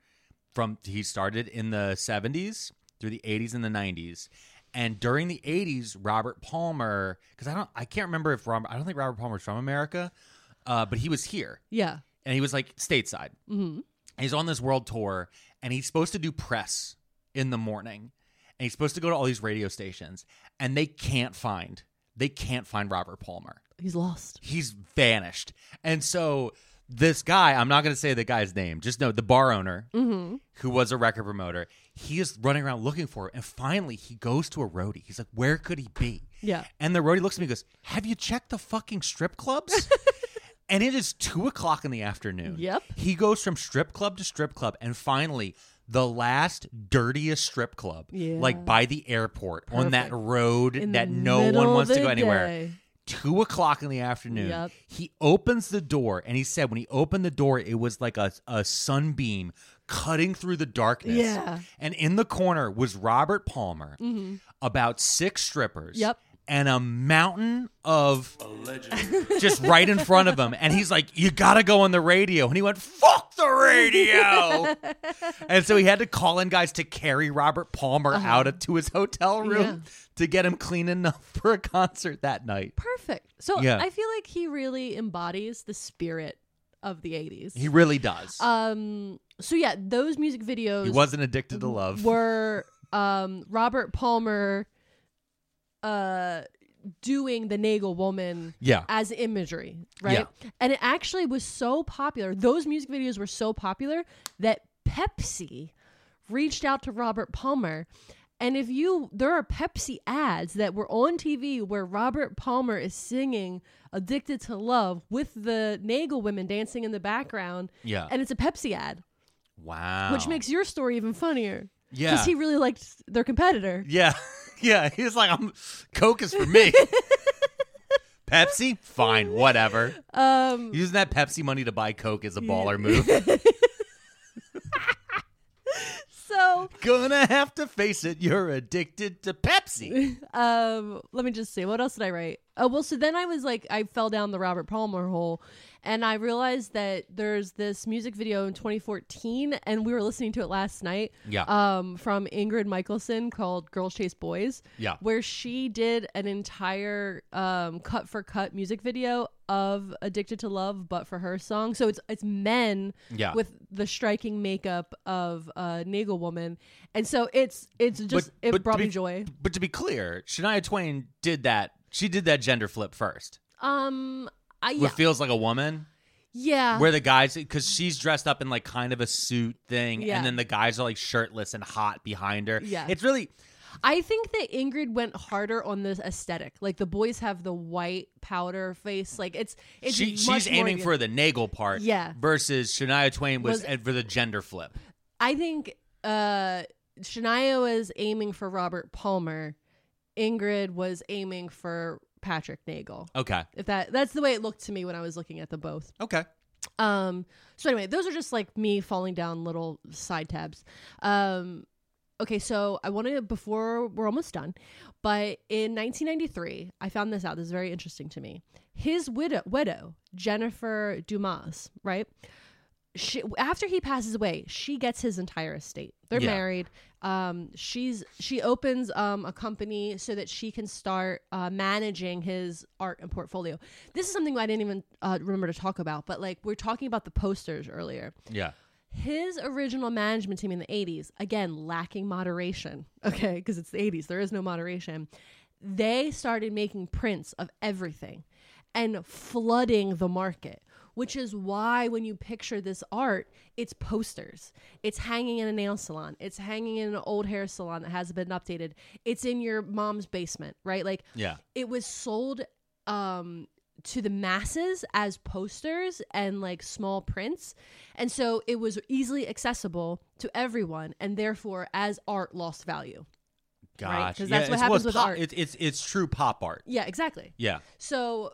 [SPEAKER 1] From he started in the '70s through the '80s and the '90s, and during the '80s, Robert Palmer, because I don't, I can't remember if Robert, I don't think Robert Palmer's from America, uh, but he was here
[SPEAKER 2] Yeah.
[SPEAKER 1] and he was like stateside. Mm-hmm. he's on this world tour, and he's supposed to do press in the morning, and he's supposed to go to all these radio stations, and they can't find they can't find Robert Palmer.
[SPEAKER 2] He's lost.
[SPEAKER 1] He's vanished, and so this guy I'm not going to say the guy's name, just know the bar owner who was a record promoter. He is running around looking for him, and finally he goes to a roadie. He's like, "Where could he be?"
[SPEAKER 2] Yeah.
[SPEAKER 1] And the roadie looks at me and goes, Have you checked the fucking strip clubs? and it is two o'clock in the afternoon.
[SPEAKER 2] Yep.
[SPEAKER 1] He goes from strip club to strip club and finally the last dirtiest strip club,
[SPEAKER 2] Yeah.
[SPEAKER 1] like by the airport on that
[SPEAKER 2] Perfect.
[SPEAKER 1] road
[SPEAKER 2] In the
[SPEAKER 1] that no
[SPEAKER 2] middle
[SPEAKER 1] one
[SPEAKER 2] of
[SPEAKER 1] wants to
[SPEAKER 2] the
[SPEAKER 1] go anywhere.
[SPEAKER 2] day.
[SPEAKER 1] Two o'clock in the afternoon.
[SPEAKER 2] Yep.
[SPEAKER 1] He opens the door and he said when he opened the door, it was like a, a sunbeam cutting through the darkness.
[SPEAKER 2] Yeah. Mm-hmm.
[SPEAKER 1] And in the corner was Robert Palmer, about six strippers.
[SPEAKER 2] Yep.
[SPEAKER 1] And a mountain of just right in front of him. And he's like, You gotta go on the radio. And he went, Fuck the radio. and so he had to call in guys to carry Robert Palmer
[SPEAKER 2] Uh-huh.
[SPEAKER 1] out of, to his hotel room to get him clean enough for a concert that night.
[SPEAKER 2] Perfect. So
[SPEAKER 1] Yeah.
[SPEAKER 2] I feel like he really embodies the spirit of the 80s.
[SPEAKER 1] He really does.
[SPEAKER 2] um so yeah, those music videos
[SPEAKER 1] he wasn't addicted to love.
[SPEAKER 2] were um Robert Palmer uh doing the Nagel woman
[SPEAKER 1] Yeah.
[SPEAKER 2] as imagery, right? And it actually was so popular. Those music videos were so popular that Pepsi reached out to Robert Palmer. And if you there are Pepsi ads that were on TV where Robert Palmer is singing Addicted to Love with the Nagel women dancing in the background.
[SPEAKER 1] Yeah.
[SPEAKER 2] And it's a Pepsi ad,
[SPEAKER 1] Wow.
[SPEAKER 2] which makes your story even funnier.
[SPEAKER 1] Yeah.
[SPEAKER 2] Because he really liked their competitor.
[SPEAKER 1] Yeah. Yeah. He was like, I'm Coke is for me. Pepsi? Fine, whatever.
[SPEAKER 2] Um
[SPEAKER 1] Using that Pepsi money to buy Coke is a baller move.
[SPEAKER 2] so
[SPEAKER 1] Gonna have to face it, you're addicted to Pepsi.
[SPEAKER 2] um let me just see what else did i write oh well so then i was like i fell down the robert palmer hole and i realized that there's this music video in 2014 and we were listening to it last night
[SPEAKER 1] Yeah.
[SPEAKER 2] um from ingrid michaelson called girls chase boys
[SPEAKER 1] Yeah.
[SPEAKER 2] where she did an entire um cut for cut music video of Addicted to Love, but for her song. So it's it's men
[SPEAKER 1] Yeah.
[SPEAKER 2] with the striking makeup of uh, Nagel Woman, and so it's it's just it
[SPEAKER 1] to
[SPEAKER 2] brought
[SPEAKER 1] be-
[SPEAKER 2] me joy.
[SPEAKER 1] But to be clear, Shania Twain did that. She did that gender flip first.
[SPEAKER 2] Um, I yeah,
[SPEAKER 1] What feels like a woman,
[SPEAKER 2] yeah.
[SPEAKER 1] where the guys, because she's dressed up in like kind of a suit thing,
[SPEAKER 2] Yeah.
[SPEAKER 1] and then the guys are like shirtless and hot behind her.
[SPEAKER 2] Yeah.
[SPEAKER 1] It's really,
[SPEAKER 2] I think that Ingrid went harder on this aesthetic. Like the boys have the white powder face. Like it's it's
[SPEAKER 1] she,
[SPEAKER 2] much
[SPEAKER 1] she's
[SPEAKER 2] more
[SPEAKER 1] aiming
[SPEAKER 2] of-
[SPEAKER 1] for the Nagel part
[SPEAKER 2] Yeah.
[SPEAKER 1] versus Shania Twain was,
[SPEAKER 2] Was-
[SPEAKER 1] uh, for the gender flip.
[SPEAKER 2] I think uh Shania was aiming for Robert Palmer. Ingrid was aiming for Patrick Nagel.
[SPEAKER 1] Okay.
[SPEAKER 2] If that that's the way it looked to me when I was looking at them both.
[SPEAKER 1] Okay.
[SPEAKER 2] Um so anyway, those are just like me falling down little side tabs. Um okay, so I want to before we're almost done, but in 1993, I found this out. This is very interesting to me. His widow, widow, Jennifer Dumas, right? She, after he passes away, she gets his entire estate. They're
[SPEAKER 1] Yeah.
[SPEAKER 2] married. Um, she's she opens um, a company so that she can start uh, managing his art and portfolio. This is something I didn't even uh, remember to talk about, but like we we're talking about the posters earlier
[SPEAKER 1] Yeah.
[SPEAKER 2] his original management team in the 80s again lacking moderation okay because it's the 80s there is no moderation they started making prints of everything and flooding the market which is why when you picture this art it's posters it's hanging in a nail salon it's hanging in an old hair salon that hasn't been updated it's in your mom's basement right like
[SPEAKER 1] Yeah.
[SPEAKER 2] it was sold um to the masses as posters and like small prints and so it was easily accessible to everyone and therefore as art lost value
[SPEAKER 1] Gosh.
[SPEAKER 2] 'Cause
[SPEAKER 1] Yeah,
[SPEAKER 2] that's what
[SPEAKER 1] it's-
[SPEAKER 2] happens
[SPEAKER 1] it's
[SPEAKER 2] with
[SPEAKER 1] pop-
[SPEAKER 2] art.
[SPEAKER 1] It's, it's, it's true pop art.
[SPEAKER 2] yeah exactly
[SPEAKER 1] Yeah.
[SPEAKER 2] so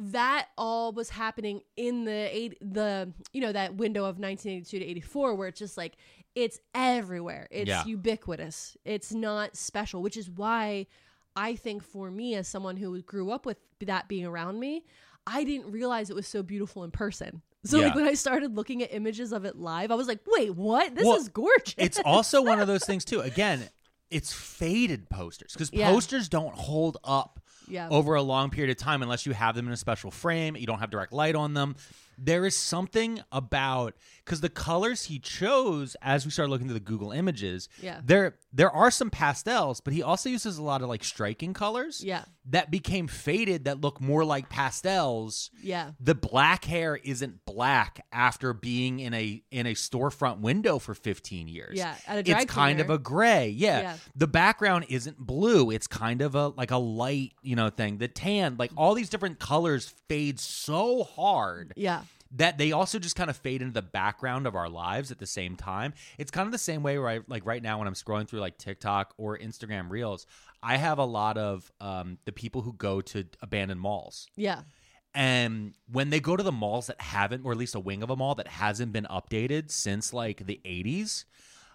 [SPEAKER 2] that all was happening in the eight, the you know that window of 1982 to 84 where it's just like it's everywhere. It's
[SPEAKER 1] Yeah.
[SPEAKER 2] ubiquitous. It's not special, which is why I think for me as someone who grew up with that being around me, I didn't realize it was so beautiful in person. So
[SPEAKER 1] Yeah.
[SPEAKER 2] like when I started looking at images of it live, I was like, "Wait, what? This
[SPEAKER 1] Well,
[SPEAKER 2] is gorgeous."
[SPEAKER 1] It's also one of those things too. Again, it's faded posters because
[SPEAKER 2] Yeah.
[SPEAKER 1] posters don't hold up
[SPEAKER 2] Yeah.
[SPEAKER 1] over a long period of time unless you have them in a special frame. You don't have direct light on them. There is something about because the colors he chose as we start looking through the Google images.
[SPEAKER 2] Yeah.
[SPEAKER 1] there there are some pastels, but he also uses a lot of like striking colors.
[SPEAKER 2] Yeah.
[SPEAKER 1] that became faded that look more like pastels
[SPEAKER 2] yeah.
[SPEAKER 1] the black hair isn't black after being in a in a storefront window for 15 years.
[SPEAKER 2] Yeah, at a
[SPEAKER 1] it's
[SPEAKER 2] drag
[SPEAKER 1] kind of
[SPEAKER 2] cleaner.
[SPEAKER 1] a gray. Yeah.
[SPEAKER 2] Yeah.
[SPEAKER 1] the background isn't blue. It's kind of a like a light, you know, thing. The tan, like all these different colors, fade so hard
[SPEAKER 2] Yeah.
[SPEAKER 1] that they also just kind of fade into the background of our lives at the same time. It's kind of the same way where I like right now when I'm scrolling through like TikTok or Instagram Reels, I have a lot of um, the people who go to abandoned malls.
[SPEAKER 2] Yeah.
[SPEAKER 1] And when they go to the malls that haven't, or at least a wing of a mall that hasn't been updated since like the 80s,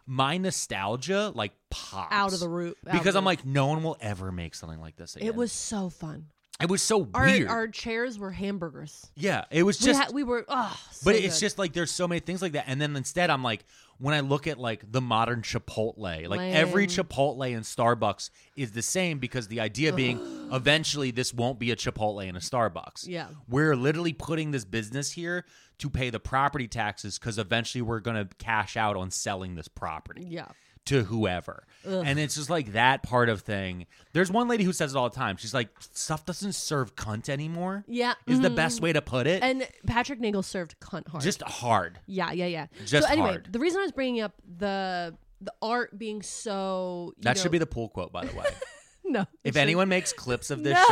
[SPEAKER 1] my nostalgia like pops
[SPEAKER 2] Out of the root. out of
[SPEAKER 1] Because
[SPEAKER 2] the
[SPEAKER 1] I'm
[SPEAKER 2] root.
[SPEAKER 1] like, no one will ever make something like this again.
[SPEAKER 2] it was so fun.
[SPEAKER 1] it was so
[SPEAKER 2] Our
[SPEAKER 1] weird.
[SPEAKER 2] our chairs were hamburgers.
[SPEAKER 1] yeah, it was
[SPEAKER 2] we,
[SPEAKER 1] just.
[SPEAKER 2] ha- we were oh, so
[SPEAKER 1] but it's
[SPEAKER 2] good.
[SPEAKER 1] just like there's so many things like that, and then instead I'm like, when I look at like the modern Chipotle, like every
[SPEAKER 2] Lame.
[SPEAKER 1] Chipotle and Starbucks is the same because the idea being eventually this won't be a Chipotle and a Starbucks.
[SPEAKER 2] Yeah.
[SPEAKER 1] We're literally putting this business here to pay the property taxes because eventually we're going to cash out on selling this property
[SPEAKER 2] yeah
[SPEAKER 1] to whoever. And it's just like that part of thing. There's one lady who says it all the time. She's like, stuff doesn't serve cunt anymore.
[SPEAKER 2] Yeah. mm-hmm.
[SPEAKER 1] Is the best way to put it.
[SPEAKER 2] and patrick nagel served cunt hard
[SPEAKER 1] just hard.
[SPEAKER 2] yeah yeah yeah
[SPEAKER 1] just
[SPEAKER 2] so anyway
[SPEAKER 1] hard.
[SPEAKER 2] the reason i was bringing up the the art being so you
[SPEAKER 1] That
[SPEAKER 2] know-
[SPEAKER 1] should be the pool quote, by the way.
[SPEAKER 2] no
[SPEAKER 1] if anyone makes clips of this
[SPEAKER 2] no,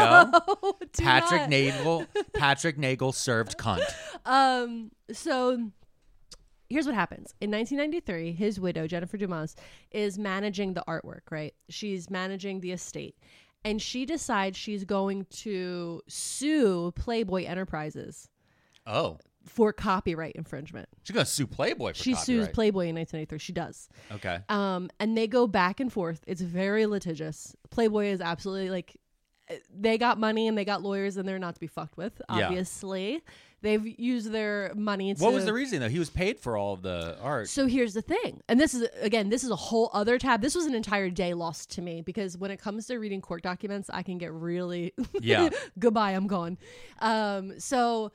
[SPEAKER 1] show,
[SPEAKER 2] do
[SPEAKER 1] Patrick
[SPEAKER 2] not.
[SPEAKER 1] Nagel, Patrick Nagel served cunt.
[SPEAKER 2] um so here's what happens in 1993 his widow jennifer dumas is managing the artwork right she's managing the estate and she decides she's going to sue playboy enterprises
[SPEAKER 1] Oh,
[SPEAKER 2] for copyright infringement
[SPEAKER 1] she's gonna sue Playboy. For
[SPEAKER 2] she sues
[SPEAKER 1] copyright.
[SPEAKER 2] playboy in 1993 she does
[SPEAKER 1] Okay.
[SPEAKER 2] Um, and they go back and forth. It's very litigious. Playboy is absolutely like they got money and they got lawyers and they're not to be fucked with,
[SPEAKER 1] Yeah.
[SPEAKER 2] obviously. They've used their money. To,
[SPEAKER 1] What was the reason though? He was paid for all of the art.
[SPEAKER 2] So here's the thing, and this is again, this is a whole other tab. This was an entire day lost to me because when it comes to reading court documents, I can get really
[SPEAKER 1] Yeah.
[SPEAKER 2] goodbye, I'm gone. Um, so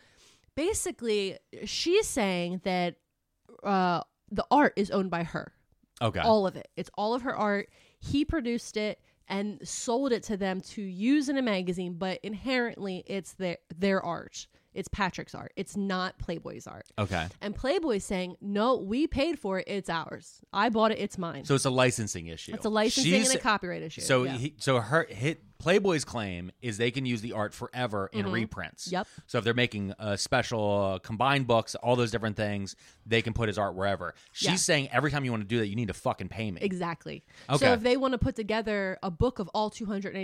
[SPEAKER 2] basically, she's saying that uh, the art is owned by her.
[SPEAKER 1] okay.
[SPEAKER 2] All of it. It's all of her art. He produced it and sold it to them to use in a magazine, but inherently it's their their art. It's Patrick's art. It's not Playboy's art.
[SPEAKER 1] okay.
[SPEAKER 2] And Playboy's saying, "No, we paid for it. It's ours. I bought it. It's mine."
[SPEAKER 1] So it's a licensing issue.
[SPEAKER 2] it's a licensing
[SPEAKER 1] She's-
[SPEAKER 2] and a copyright issue.
[SPEAKER 1] So
[SPEAKER 2] Yeah.
[SPEAKER 1] he, so her hit Playboy's claim is they can use the art forever
[SPEAKER 2] Mm-hmm.
[SPEAKER 1] in reprints.
[SPEAKER 2] Yep.
[SPEAKER 1] So if they're making uh, special uh, combined books, all those different things, they can put his art wherever. She's
[SPEAKER 2] Yeah.
[SPEAKER 1] saying every time you want to do that, you need to fucking pay me.
[SPEAKER 2] Exactly.
[SPEAKER 1] Okay.
[SPEAKER 2] So if they want to put together a book of all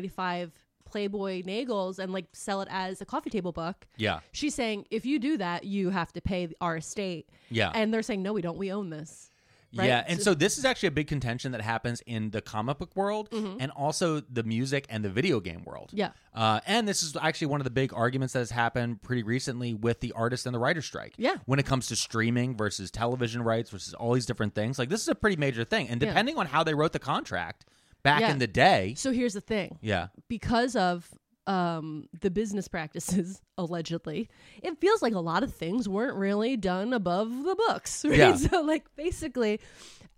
[SPEAKER 2] 285 Playboy Nagels and like sell it as a coffee table book,
[SPEAKER 1] Yeah.
[SPEAKER 2] she's saying if you do that, you have to pay our estate.
[SPEAKER 1] Yeah.
[SPEAKER 2] And they're saying no, we don't. We own this. right?
[SPEAKER 1] Yeah, and
[SPEAKER 2] So-
[SPEAKER 1] so this is actually a big contention that happens in the comic book world and also the music and the video game world.
[SPEAKER 2] Mm-hmm. Yeah.
[SPEAKER 1] Uh, and this is actually one of the big arguments that has happened pretty recently with the artist and the writer strike.
[SPEAKER 2] Yeah.
[SPEAKER 1] When it comes to streaming versus television rights versus all these different things, like this is a pretty major thing. And depending on how they wrote the contract back
[SPEAKER 2] Yeah.
[SPEAKER 1] in the day,
[SPEAKER 2] So here's the thing.
[SPEAKER 1] yeah,
[SPEAKER 2] because of um the business practices allegedly it feels like a lot of things weren't really done above the books right
[SPEAKER 1] Yeah.
[SPEAKER 2] so like basically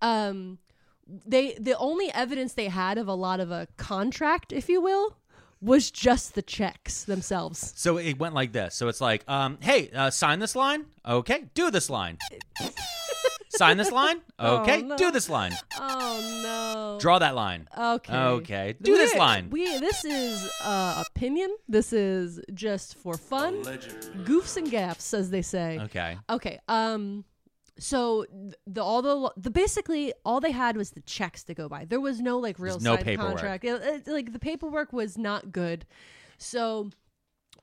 [SPEAKER 2] um they the only evidence they had of a lot of a contract if you will was just the checks themselves
[SPEAKER 1] So it went like this. So it's like, um, hey, uh, sign this line. Okay, do this line. sign this line. Okay,
[SPEAKER 2] Oh, no.
[SPEAKER 1] do this line.
[SPEAKER 2] oh
[SPEAKER 1] Draw that line.
[SPEAKER 2] no okay
[SPEAKER 1] Okay, do this
[SPEAKER 2] We're-
[SPEAKER 1] line.
[SPEAKER 2] we this is uh opinion this is just for fun goofs and gaffs as they say
[SPEAKER 1] okay.
[SPEAKER 2] Okay. Um. So th- the all the the basically all they had was the checks to go by. There was no like real
[SPEAKER 1] There's no
[SPEAKER 2] signed
[SPEAKER 1] paperwork.
[SPEAKER 2] contract. It- it- like the paperwork was not good. So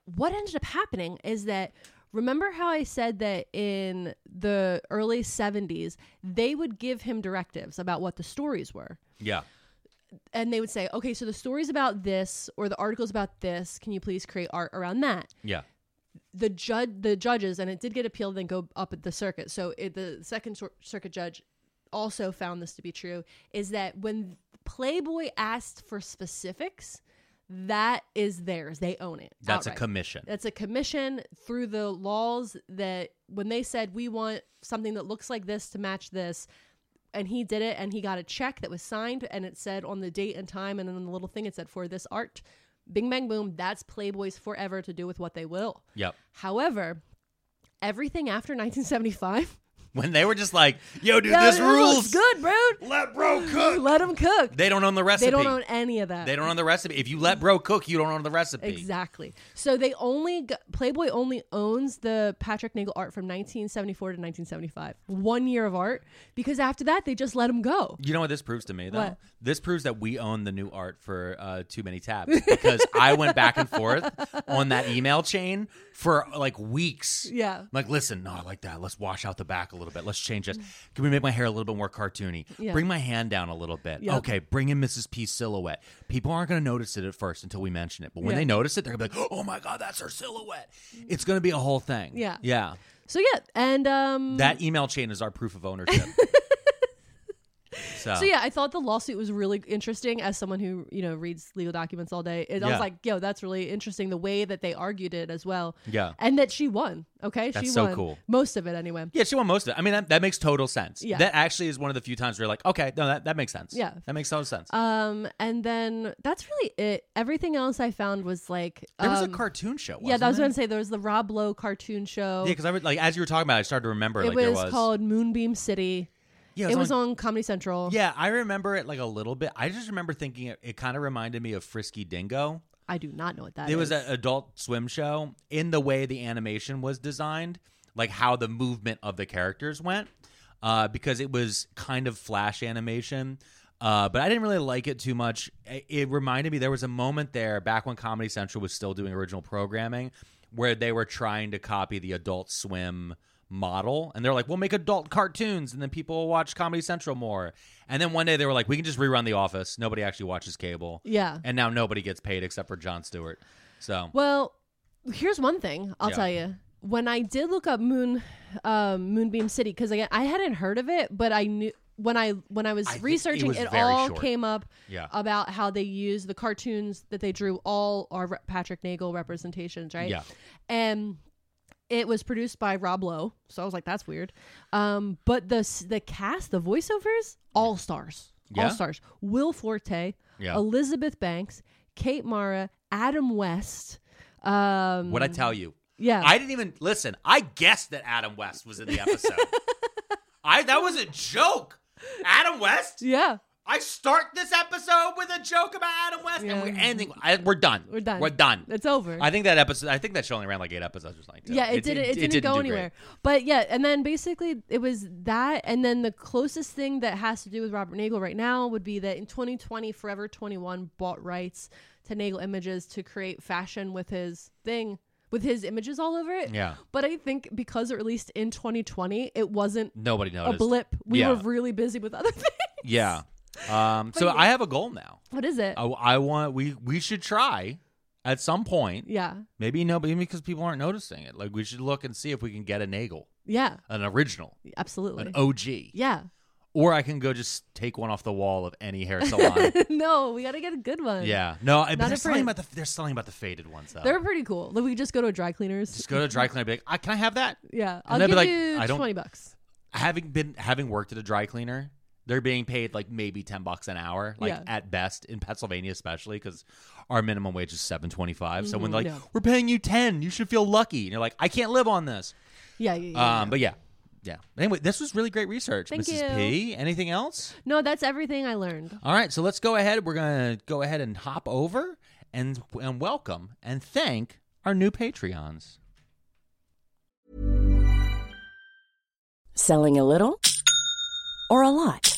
[SPEAKER 2] what ended up happening is that remember how I said that in the early seventies they would give him directives about what the stories were
[SPEAKER 1] Yeah.
[SPEAKER 2] and they would say, okay, so the stories about this or the articles about this, can you please create art around that?
[SPEAKER 1] Yeah.
[SPEAKER 2] the judge the judges and it did get appealed then go up at the circuit so it, the second cir- circuit judge also found this to be true is that when playboy asked for specifics that is theirs they own it
[SPEAKER 1] That's a
[SPEAKER 2] outright.
[SPEAKER 1] commission.
[SPEAKER 2] that's a commission through the laws that when they said we want something that looks like this to match this and he did it and he got a check that was signed and it said on the date and time and then the little thing it said for this art bing bang boom that's playboy's forever to do with what they will
[SPEAKER 1] Yep.
[SPEAKER 2] However, everything after 1975,
[SPEAKER 1] When they were just like, yo, dude,
[SPEAKER 2] Yeah,
[SPEAKER 1] this
[SPEAKER 2] it looks
[SPEAKER 1] rules.
[SPEAKER 2] good, bro.
[SPEAKER 1] Let bro cook.
[SPEAKER 2] Let them cook.
[SPEAKER 1] They don't own the recipe.
[SPEAKER 2] They don't own any of that.
[SPEAKER 1] They don't own the recipe. If you let bro cook, you don't own the recipe.
[SPEAKER 2] Exactly. So they only g- Playboy only owns the Patrick Nagel art from 1974 to 1975. One year of art because after that they just let him go.
[SPEAKER 1] You know what this proves to me though?
[SPEAKER 2] What?
[SPEAKER 1] This proves that we own the new art for uh, too many tabs because I went back and forth on that email chain for like weeks.
[SPEAKER 2] Yeah.
[SPEAKER 1] Like, listen, no, I like that. Let's wash out the back a little bit. Let's change this. Can we make my hair a little bit more cartoony?
[SPEAKER 2] Yeah.
[SPEAKER 1] Bring my hand down a little bit.
[SPEAKER 2] Yep.
[SPEAKER 1] Okay, bring in Mrs. P's silhouette. People aren't going to notice it at first until we mention it. But when
[SPEAKER 2] Yeah.
[SPEAKER 1] they notice it, they're going to be like, oh my God, that's her silhouette. It's going to be a whole thing.
[SPEAKER 2] Yeah.
[SPEAKER 1] Yeah.
[SPEAKER 2] So yeah, and um
[SPEAKER 1] That email chain is our proof of ownership.
[SPEAKER 2] so yeah, I thought the lawsuit was really interesting as someone who, you know, reads legal documents all day. It, I
[SPEAKER 1] Yeah.
[SPEAKER 2] was like, yo, that's really interesting the way that they argued it as well.
[SPEAKER 1] Yeah.
[SPEAKER 2] And that she won, okay?
[SPEAKER 1] That's
[SPEAKER 2] she
[SPEAKER 1] so
[SPEAKER 2] won.
[SPEAKER 1] cool.
[SPEAKER 2] Most of it anyway.
[SPEAKER 1] Yeah, she won most of it. I mean, that, that makes total sense.
[SPEAKER 2] Yeah.
[SPEAKER 1] That actually is one of the few times where you're like, okay, no, that, that makes sense.
[SPEAKER 2] Yeah.
[SPEAKER 1] That makes total sense.
[SPEAKER 2] Um, and then that's really it. Everything else I found was like
[SPEAKER 1] there was a
[SPEAKER 2] um,
[SPEAKER 1] cartoon show.
[SPEAKER 2] Yeah, that was
[SPEAKER 1] there?
[SPEAKER 2] gonna say there was the Rob Lowe cartoon show.
[SPEAKER 1] Yeah, because I would, like as you were talking about, it, I started to remember
[SPEAKER 2] it
[SPEAKER 1] like
[SPEAKER 2] was,
[SPEAKER 1] there was
[SPEAKER 2] called Moonbeam City.
[SPEAKER 1] Yeah,
[SPEAKER 2] It was, on, Comedy Central.
[SPEAKER 1] Yeah, I remember it like a little bit. I just remember thinking it, it kind of reminded me of Frisky Dingo.
[SPEAKER 2] I do not know what that
[SPEAKER 1] it was
[SPEAKER 2] is.
[SPEAKER 1] an adult swim show in the way the animation was designed, like how the movement of the characters went, uh, because it was kind of flash animation. Uh, but I didn't really like it too much. I- It reminded me there was a moment there back when Comedy Central was still doing original programming where they were trying to copy the Adult Swim model and they're like we'll make adult cartoons and then people will watch comedy central more and then one day they were like we can just rerun the office nobody actually watches cable
[SPEAKER 2] Yeah.
[SPEAKER 1] and now nobody gets paid except for John Stewart. So
[SPEAKER 2] Well, here's one thing I'll
[SPEAKER 1] Yeah.
[SPEAKER 2] tell you. when I did look up Moon um, Moonbeam City because I, I hadn't heard of it, but I knew when I when I was
[SPEAKER 1] I think it
[SPEAKER 2] researching,
[SPEAKER 1] was
[SPEAKER 2] it
[SPEAKER 1] very
[SPEAKER 2] all
[SPEAKER 1] short.
[SPEAKER 2] came up
[SPEAKER 1] Yeah.
[SPEAKER 2] about how they use the cartoons that they drew all are Re- Patrick Nagel representations, right?
[SPEAKER 1] Yeah.
[SPEAKER 2] and it was produced by Rob Lowe. So I was like, that's weird. Um, but the s- the cast, the voiceovers, all stars,
[SPEAKER 1] Yeah.
[SPEAKER 2] all stars. Will Forte,
[SPEAKER 1] Yeah.
[SPEAKER 2] Elizabeth Banks, Kate Mara, Adam West. Um,
[SPEAKER 1] What I tell you,
[SPEAKER 2] yeah,
[SPEAKER 1] I didn't even listen. I guessed that Adam West was in the episode. I that was a joke. Adam West.
[SPEAKER 2] yeah.
[SPEAKER 1] I start this episode with a joke about Adam West, and
[SPEAKER 2] Yeah.
[SPEAKER 1] we're ending. I, we're done.
[SPEAKER 2] We're done.
[SPEAKER 1] We're done.
[SPEAKER 2] It's over.
[SPEAKER 1] I think that episode. I think that show only ran like eight episodes or something. too.
[SPEAKER 2] yeah, it, didn't. It, didn't, go
[SPEAKER 1] do great.
[SPEAKER 2] anywhere. But yeah, and then basically it was that, and then the closest thing that has to do with Robert Nagel right now would be that in 2020, Forever 21 bought rights to Nagel Images to create fashion with his thing, with his images all over it.
[SPEAKER 1] Yeah.
[SPEAKER 2] But I think because it released in 2020, it wasn't
[SPEAKER 1] Nobody
[SPEAKER 2] a
[SPEAKER 1] noticed.
[SPEAKER 2] blip. We
[SPEAKER 1] Yeah.
[SPEAKER 2] were really busy with other things.
[SPEAKER 1] Yeah. Um. So I have a goal now.
[SPEAKER 2] What is it?
[SPEAKER 1] I, I want we we should try at some point.
[SPEAKER 2] Yeah.
[SPEAKER 1] Maybe no, but maybe because people aren't noticing it. Like we should look and see if we can get a Nagel,
[SPEAKER 2] Yeah.
[SPEAKER 1] an original,
[SPEAKER 2] Absolutely.
[SPEAKER 1] an OG.
[SPEAKER 2] yeah.
[SPEAKER 1] Or I can go just take one off the wall of any hair salon.
[SPEAKER 2] no, we got to get a good one.
[SPEAKER 1] yeah. No, I- but
[SPEAKER 2] Not
[SPEAKER 1] there's
[SPEAKER 2] a
[SPEAKER 1] something
[SPEAKER 2] print.
[SPEAKER 1] about the there's something about the faded ones though.
[SPEAKER 2] They're pretty cool. Like we just go to a dry cleaners.
[SPEAKER 1] just go to a dry cleaner and be like, I, can I have that?
[SPEAKER 2] Yeah,
[SPEAKER 1] And
[SPEAKER 2] I'll
[SPEAKER 1] they'd
[SPEAKER 2] give
[SPEAKER 1] be like,
[SPEAKER 2] you
[SPEAKER 1] "I don't-
[SPEAKER 2] twenty bucks.
[SPEAKER 1] Having been having worked at a dry cleaner, they're being paid like maybe ten bucks an hour, like
[SPEAKER 2] Yeah.
[SPEAKER 1] at best in Pennsylvania, especially because our minimum wage is seven twenty five. So when
[SPEAKER 2] Mhm,
[SPEAKER 1] they're like
[SPEAKER 2] yeah.
[SPEAKER 1] we're paying you ten, you should feel lucky. And you're like, I can't live on this.
[SPEAKER 2] Yeah, yeah, yeah.
[SPEAKER 1] Um, but yeah, yeah. Anyway, this was really great research,
[SPEAKER 2] Thank
[SPEAKER 1] Mrs.
[SPEAKER 2] you.
[SPEAKER 1] P. Anything else?
[SPEAKER 2] no, that's everything I learned.
[SPEAKER 1] All right, so let's go ahead. We're gonna go ahead and hop over and and welcome and thank our new Patreons.
[SPEAKER 6] Selling a little or a lot?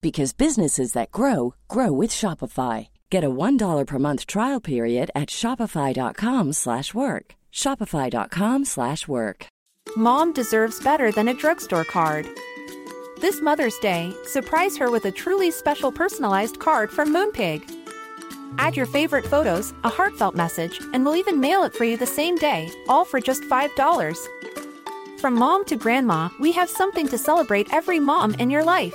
[SPEAKER 6] because businesses that grow grow with Shopify. Get a $1 per month trial period at shopify.com/work. slash work. shopify.com/work. slash work.
[SPEAKER 5] Mom deserves better than a drugstore card. This Mother's Day, surprise her with a truly special personalized card from Moonpig. Add your favorite photos, a heartfelt message, and we'll even mail it for you the same day, all for just $5. From mom to grandma, we have something to celebrate every mom in your life.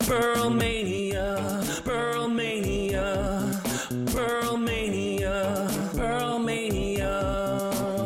[SPEAKER 3] Pearl Mania, Pearl Mania, Pearl Mania, Pearl Mania.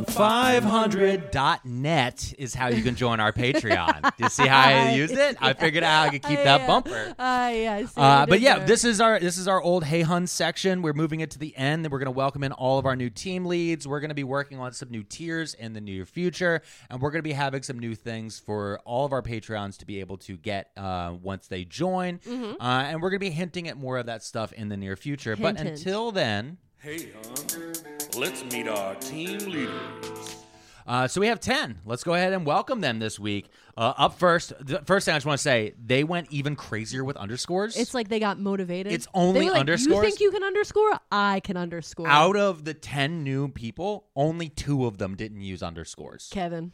[SPEAKER 1] 500.net is how you can join our Patreon. Did you see how I used it? I figured out how I could keep that bumper.
[SPEAKER 2] Ah, Uh, yeah. I see
[SPEAKER 1] Uh,
[SPEAKER 2] what
[SPEAKER 1] but
[SPEAKER 2] it
[SPEAKER 1] yeah,
[SPEAKER 2] is.
[SPEAKER 1] this is our this is our old Hey Hun section. We're moving it to the end. Then we're going to welcome in all of our new team leads. We're going to be working on some new tiers in the near future, and we're going to be having some new things for all of our Patreons to be able to get uh, once they join. Uh, and we're going to be hinting at more of that stuff in the near future. but
[SPEAKER 2] Mm-hmm. Hint, hint.
[SPEAKER 1] until then,
[SPEAKER 3] Hey, hon, let's meet our team leaders.
[SPEAKER 1] Uh, so we have 10. Let's go ahead and welcome them this week. Uh, up first, the first thing I just want to say, they went even crazier with underscores.
[SPEAKER 2] It's like they got motivated.
[SPEAKER 1] It's only
[SPEAKER 2] they were like,
[SPEAKER 1] underscores?
[SPEAKER 2] You think you can underscore? I can underscore.
[SPEAKER 1] out of the 10 new people, only two of them didn't use underscores.
[SPEAKER 2] Kevin.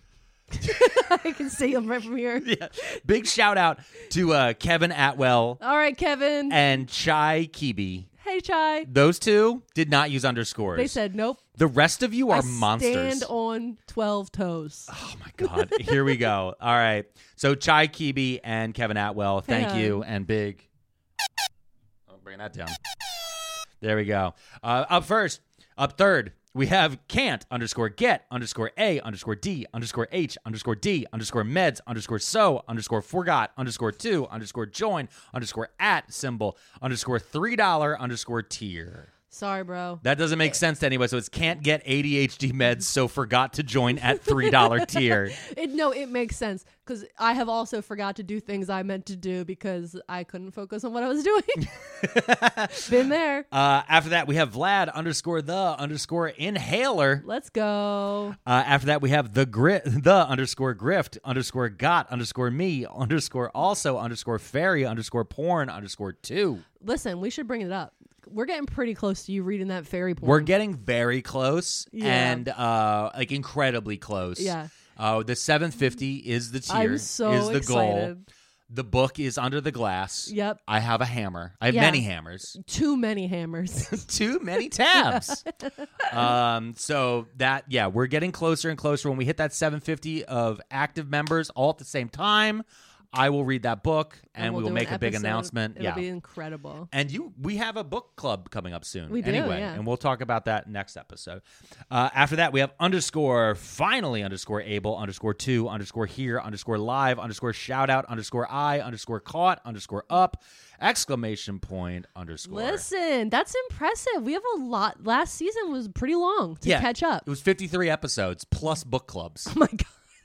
[SPEAKER 2] I can see him right from here.
[SPEAKER 1] Yeah. Big shout out to uh, Kevin Atwell
[SPEAKER 2] All right, Kevin.
[SPEAKER 1] and Chai Kibi.
[SPEAKER 2] hey, Chai.
[SPEAKER 1] Those two did not use underscores.
[SPEAKER 2] They said nope.
[SPEAKER 1] The rest of you are
[SPEAKER 2] I
[SPEAKER 1] monsters.
[SPEAKER 2] Stand on twelve toes.
[SPEAKER 1] Oh my God. Here we go. All right. So Chai Kibi and Kevin Atwell, thank
[SPEAKER 2] Yeah.
[SPEAKER 1] you. And big. I'm bringing that down. There we go. Uh, up first, up third, we have can't underscore get underscore a underscore d underscore h underscore d underscore meds underscore so underscore forgot underscore two underscore join underscore at symbol underscore three dollar underscore tier.
[SPEAKER 2] Sorry, bro.
[SPEAKER 1] That doesn't make sense to anyone. So it's can't get ADHD meds, so forgot to join at three dollar tier.
[SPEAKER 2] It, no, it makes sense because I have also forgot to do things I meant to do because I couldn't focus on what I was doing. Been there.
[SPEAKER 1] Uh, after that, we have Vlad underscore the underscore inhaler.
[SPEAKER 2] Let's go.
[SPEAKER 1] Uh, after that, we have the grit, the underscore grift underscore got underscore me underscore also underscore fairy underscore porn underscore two.
[SPEAKER 2] Listen, we should bring it up. We're getting pretty close to you reading that fairy porn.
[SPEAKER 1] We're getting very close
[SPEAKER 2] Mm-hmm. Yeah.
[SPEAKER 1] and uh, like incredibly close.
[SPEAKER 2] Yeah.
[SPEAKER 1] Uh, the 750 is the tier.
[SPEAKER 2] I'm so
[SPEAKER 1] is the goal.
[SPEAKER 2] excited.
[SPEAKER 1] The book is under the glass.
[SPEAKER 2] Yep.
[SPEAKER 1] I have a hammer. I have
[SPEAKER 2] Yeah.
[SPEAKER 1] many hammers.
[SPEAKER 2] Too many hammers.
[SPEAKER 1] too many tabs. um, so that yeah, we're getting closer and closer. When we hit that 750 of active members all at the same time, I will read that book and,
[SPEAKER 2] we'll
[SPEAKER 1] we will
[SPEAKER 2] do an
[SPEAKER 1] make a big
[SPEAKER 2] episode.
[SPEAKER 1] announcement.
[SPEAKER 2] It'll
[SPEAKER 1] yeah.
[SPEAKER 2] be incredible.
[SPEAKER 1] and you, we have a book club coming up soon.
[SPEAKER 2] We do,
[SPEAKER 1] anyway,
[SPEAKER 2] yeah.
[SPEAKER 1] and we'll talk about that next episode. Uh, after that, we have underscore finally underscore able underscore two underscore here underscore live underscore shout out underscore I underscore caught underscore up exclamation point underscore.
[SPEAKER 2] Listen, that's impressive. We have a lot. Last season was pretty long to
[SPEAKER 1] Yeah,
[SPEAKER 2] catch up.
[SPEAKER 1] It was 53 episodes plus book clubs.
[SPEAKER 2] oh my god.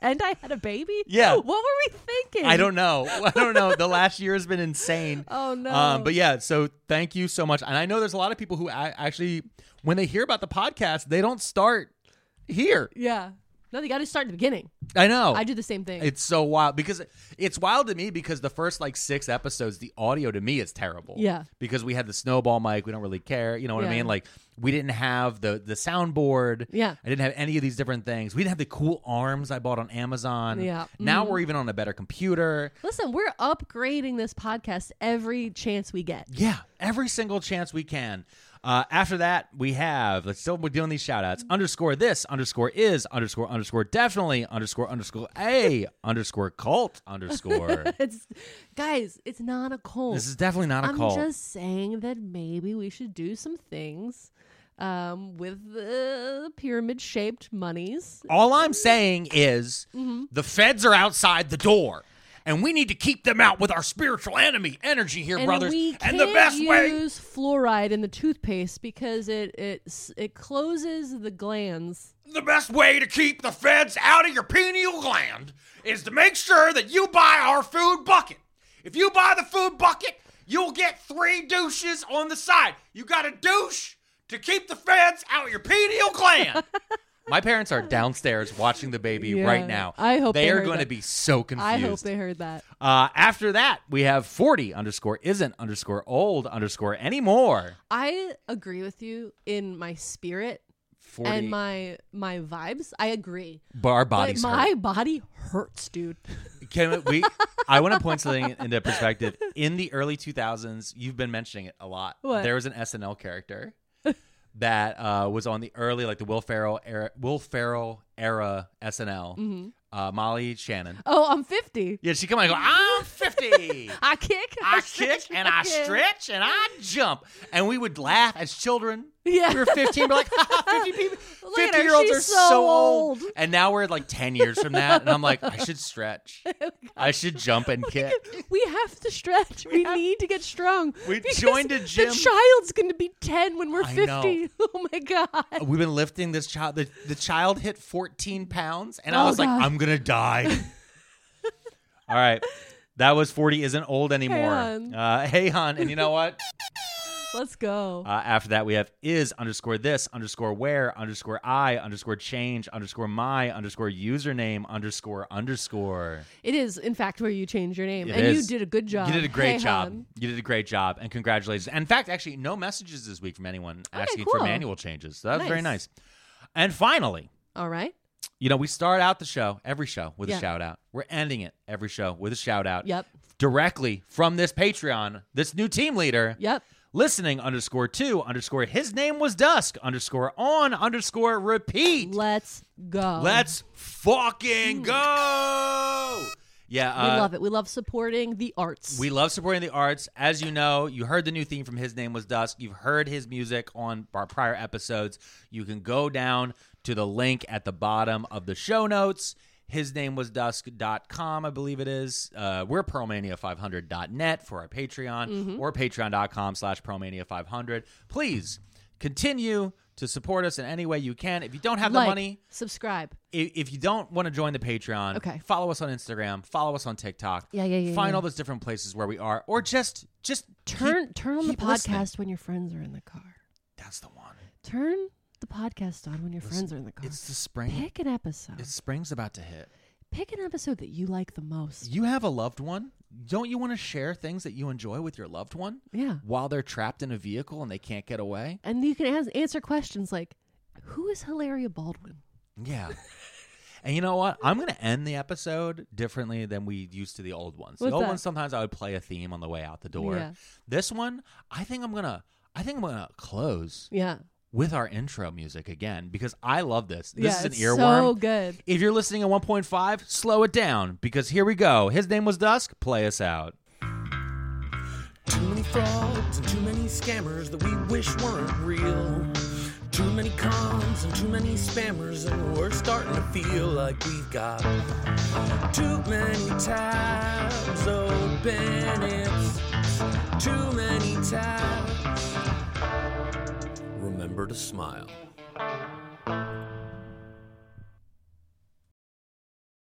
[SPEAKER 2] And I had a baby.
[SPEAKER 1] Yeah.
[SPEAKER 2] What were we thinking?
[SPEAKER 1] I don't know. I don't know. The last year has been insane.
[SPEAKER 2] Oh, no.
[SPEAKER 1] Um, but yeah, so thank you so much. And I know there's a lot of people who a- actually, when they hear about the podcast, they don't start here.
[SPEAKER 2] Yeah. No, they got to start at the beginning.
[SPEAKER 1] I know.
[SPEAKER 2] I do the same thing.
[SPEAKER 1] It's so wild because it's wild to me because the first like six episodes, the audio to me is terrible.
[SPEAKER 2] Yeah.
[SPEAKER 1] Because we had the snowball mic, we don't really care. You know what I
[SPEAKER 2] Yeah.
[SPEAKER 1] mean? Like we didn't have the the soundboard.
[SPEAKER 2] Yeah.
[SPEAKER 1] I didn't have any of these different things. We didn't have the cool arms I bought on Amazon.
[SPEAKER 2] Yeah. Mm-hmm.
[SPEAKER 1] Now we're even on a better computer.
[SPEAKER 2] Listen, we're upgrading this podcast every chance we get.
[SPEAKER 1] Yeah, every single chance we can. Uh, after that, we have, let's still, we're doing these shout outs. Underscore this, underscore is, underscore, underscore definitely, underscore, underscore a, underscore cult, underscore.
[SPEAKER 2] It's guys, it's not a cult.
[SPEAKER 1] This is definitely not a
[SPEAKER 2] I'm
[SPEAKER 1] cult.
[SPEAKER 2] just saying that maybe we should do some things um, with the pyramid-shaped monies.
[SPEAKER 1] All I'm saying is
[SPEAKER 2] Mm-hmm.
[SPEAKER 1] the feds are outside the door. And we need to keep them out with our spiritual enemy energy here,
[SPEAKER 2] And
[SPEAKER 1] brothers.
[SPEAKER 2] we
[SPEAKER 1] and
[SPEAKER 2] can't
[SPEAKER 1] the best
[SPEAKER 2] use
[SPEAKER 1] way
[SPEAKER 2] fluoride in the toothpaste because it it s- it closes the glands.
[SPEAKER 1] the best way to keep the feds out of your pineal gland is to make sure that you buy our food bucket. If you buy the food bucket, you'll get three douches on the side. You got a douche to keep the feds out of your pineal gland. My parents are downstairs watching the baby
[SPEAKER 2] Yeah.
[SPEAKER 1] right now.
[SPEAKER 2] I hope
[SPEAKER 1] they,
[SPEAKER 2] they
[SPEAKER 1] are
[SPEAKER 2] heard
[SPEAKER 1] going to
[SPEAKER 2] that.
[SPEAKER 1] be so confused.
[SPEAKER 2] I hope they heard that.
[SPEAKER 1] Uh, after that, we have 40 underscore isn't underscore old underscore anymore.
[SPEAKER 2] I agree with you in my spirit
[SPEAKER 1] 40
[SPEAKER 2] and my my vibes. I agree.
[SPEAKER 1] bar bodies.
[SPEAKER 2] but my body hurts, dude.
[SPEAKER 1] hurt. Can we? I want to point something into perspective. In the early 2000s, you've been mentioning it a lot.
[SPEAKER 2] What?
[SPEAKER 1] There was an SNL character that uh, was on the early, like the Will Ferrell era, Will Ferrell era SNL. Uh, Molly Shannon.
[SPEAKER 2] Oh, I'm 50.
[SPEAKER 1] Yeah, she come out and go, I'm 50.
[SPEAKER 2] I kick.
[SPEAKER 1] I kick and I
[SPEAKER 2] kick.
[SPEAKER 1] stretch and I jump. And we would laugh as children.
[SPEAKER 2] Yeah.
[SPEAKER 1] We were 15. We're like, 50 people.
[SPEAKER 2] Look at
[SPEAKER 1] 50
[SPEAKER 2] her,
[SPEAKER 1] year olds
[SPEAKER 2] she's
[SPEAKER 1] are so,
[SPEAKER 2] so
[SPEAKER 1] old.
[SPEAKER 2] old.
[SPEAKER 1] And now we're like 10 years from that. And I'm like, I should
[SPEAKER 2] Oh,
[SPEAKER 1] stretch. I should jump and kick.
[SPEAKER 2] We have to stretch. We, need to get strong.
[SPEAKER 1] We
[SPEAKER 2] Because
[SPEAKER 1] joined a gym.
[SPEAKER 2] The child's going to be 10 when we're
[SPEAKER 1] I
[SPEAKER 2] 50.
[SPEAKER 1] know.
[SPEAKER 2] Oh my God.
[SPEAKER 1] We've been lifting this child. The, the child hit 14 pounds. And I
[SPEAKER 2] Oh,
[SPEAKER 1] was like,
[SPEAKER 2] God.
[SPEAKER 1] I'm going to die. All right. That was 40 isn't old anymore.
[SPEAKER 2] hon.
[SPEAKER 1] Uh, hey, hon. And you know what?
[SPEAKER 2] Let's go.
[SPEAKER 1] Uh, after that, we have is underscore this underscore where underscore I underscore change underscore my underscore username underscore underscore.
[SPEAKER 2] It is, in fact, where you change your name.
[SPEAKER 1] It
[SPEAKER 2] and
[SPEAKER 1] is.
[SPEAKER 2] you did a good job.
[SPEAKER 1] You did a great
[SPEAKER 2] Hey,
[SPEAKER 1] job.
[SPEAKER 2] hon.
[SPEAKER 1] You did a great job, and congratulations. And in fact, actually, no messages this week from anyone asking for
[SPEAKER 2] cool.
[SPEAKER 1] manual changes. So that was very
[SPEAKER 2] Nice.
[SPEAKER 1] nice. And finally,
[SPEAKER 2] All right.
[SPEAKER 1] you know, we start out the show every show with
[SPEAKER 2] Yeah.
[SPEAKER 1] a shout out. We're ending it every show with a shout out.
[SPEAKER 2] Yep.
[SPEAKER 1] Directly from this Patreon, this new team leader.
[SPEAKER 2] Yep.
[SPEAKER 1] listening underscore two underscore his name was Dusk underscore on underscore repeat.
[SPEAKER 2] Let's go.
[SPEAKER 1] Let's fucking go. Yeah,
[SPEAKER 2] We
[SPEAKER 1] uh,
[SPEAKER 2] love it. We love supporting the arts.
[SPEAKER 1] we love supporting the arts. As you know, you heard the new theme from His Name Was Dusk. You've heard his music on our prior episodes. You can go down to the link at the bottom of the show notes. His name was dusk.com, I believe it is. Uh, we're pearlmania500.net for our Patreon or patreon.com slash pearlmania500. Please continue to support us in any way you can. If you don't have the
[SPEAKER 2] Like,
[SPEAKER 1] money,
[SPEAKER 2] Subscribe.
[SPEAKER 1] i- if you don't want to join the Patreon,
[SPEAKER 2] Okay.
[SPEAKER 1] follow us on Instagram, follow us on TikTok.
[SPEAKER 2] Yeah, yeah, yeah,
[SPEAKER 1] Find
[SPEAKER 2] yeah.
[SPEAKER 1] all those different places where we are, or just just
[SPEAKER 2] Turn
[SPEAKER 1] keep-
[SPEAKER 2] turn on the
[SPEAKER 1] keep listening.
[SPEAKER 2] podcast when your friends are in the car.
[SPEAKER 1] That's the one.
[SPEAKER 2] Turn the podcast on when your friends are in the car.
[SPEAKER 1] It's the spring.
[SPEAKER 2] Pick an episode.
[SPEAKER 1] It's spring's about to hit.
[SPEAKER 2] Pick an episode that you like the most.
[SPEAKER 1] You have a loved one. Don't you want to share things that you enjoy with your loved one
[SPEAKER 2] yeah.
[SPEAKER 1] while they're trapped in a vehicle and they can't get away?
[SPEAKER 2] And you can ask, answer questions like, "Who is Hilaria Baldwin?"
[SPEAKER 1] Yeah. And you know what? I'm going to end the episode differently than we used to the old ones.
[SPEAKER 2] What's
[SPEAKER 1] the old
[SPEAKER 2] that?
[SPEAKER 1] ones sometimes I would play a theme on the way out the door.
[SPEAKER 2] Yeah.
[SPEAKER 1] This one, I think I'm going to I think I'm going to close
[SPEAKER 2] Yeah.
[SPEAKER 1] with our intro music again because I love this. This
[SPEAKER 2] yeah,
[SPEAKER 1] is an
[SPEAKER 2] it's
[SPEAKER 1] earworm.
[SPEAKER 2] So good.
[SPEAKER 1] If you're listening at 1.5, slow it down because here we go. His name was Dusk. Play us out.
[SPEAKER 3] Too many frauds and too many scammers that we wish weren't real. Too many cons and too many spammers, and we're starting to feel like we've got too many tabs open. It's too many tabs. Remember to smile.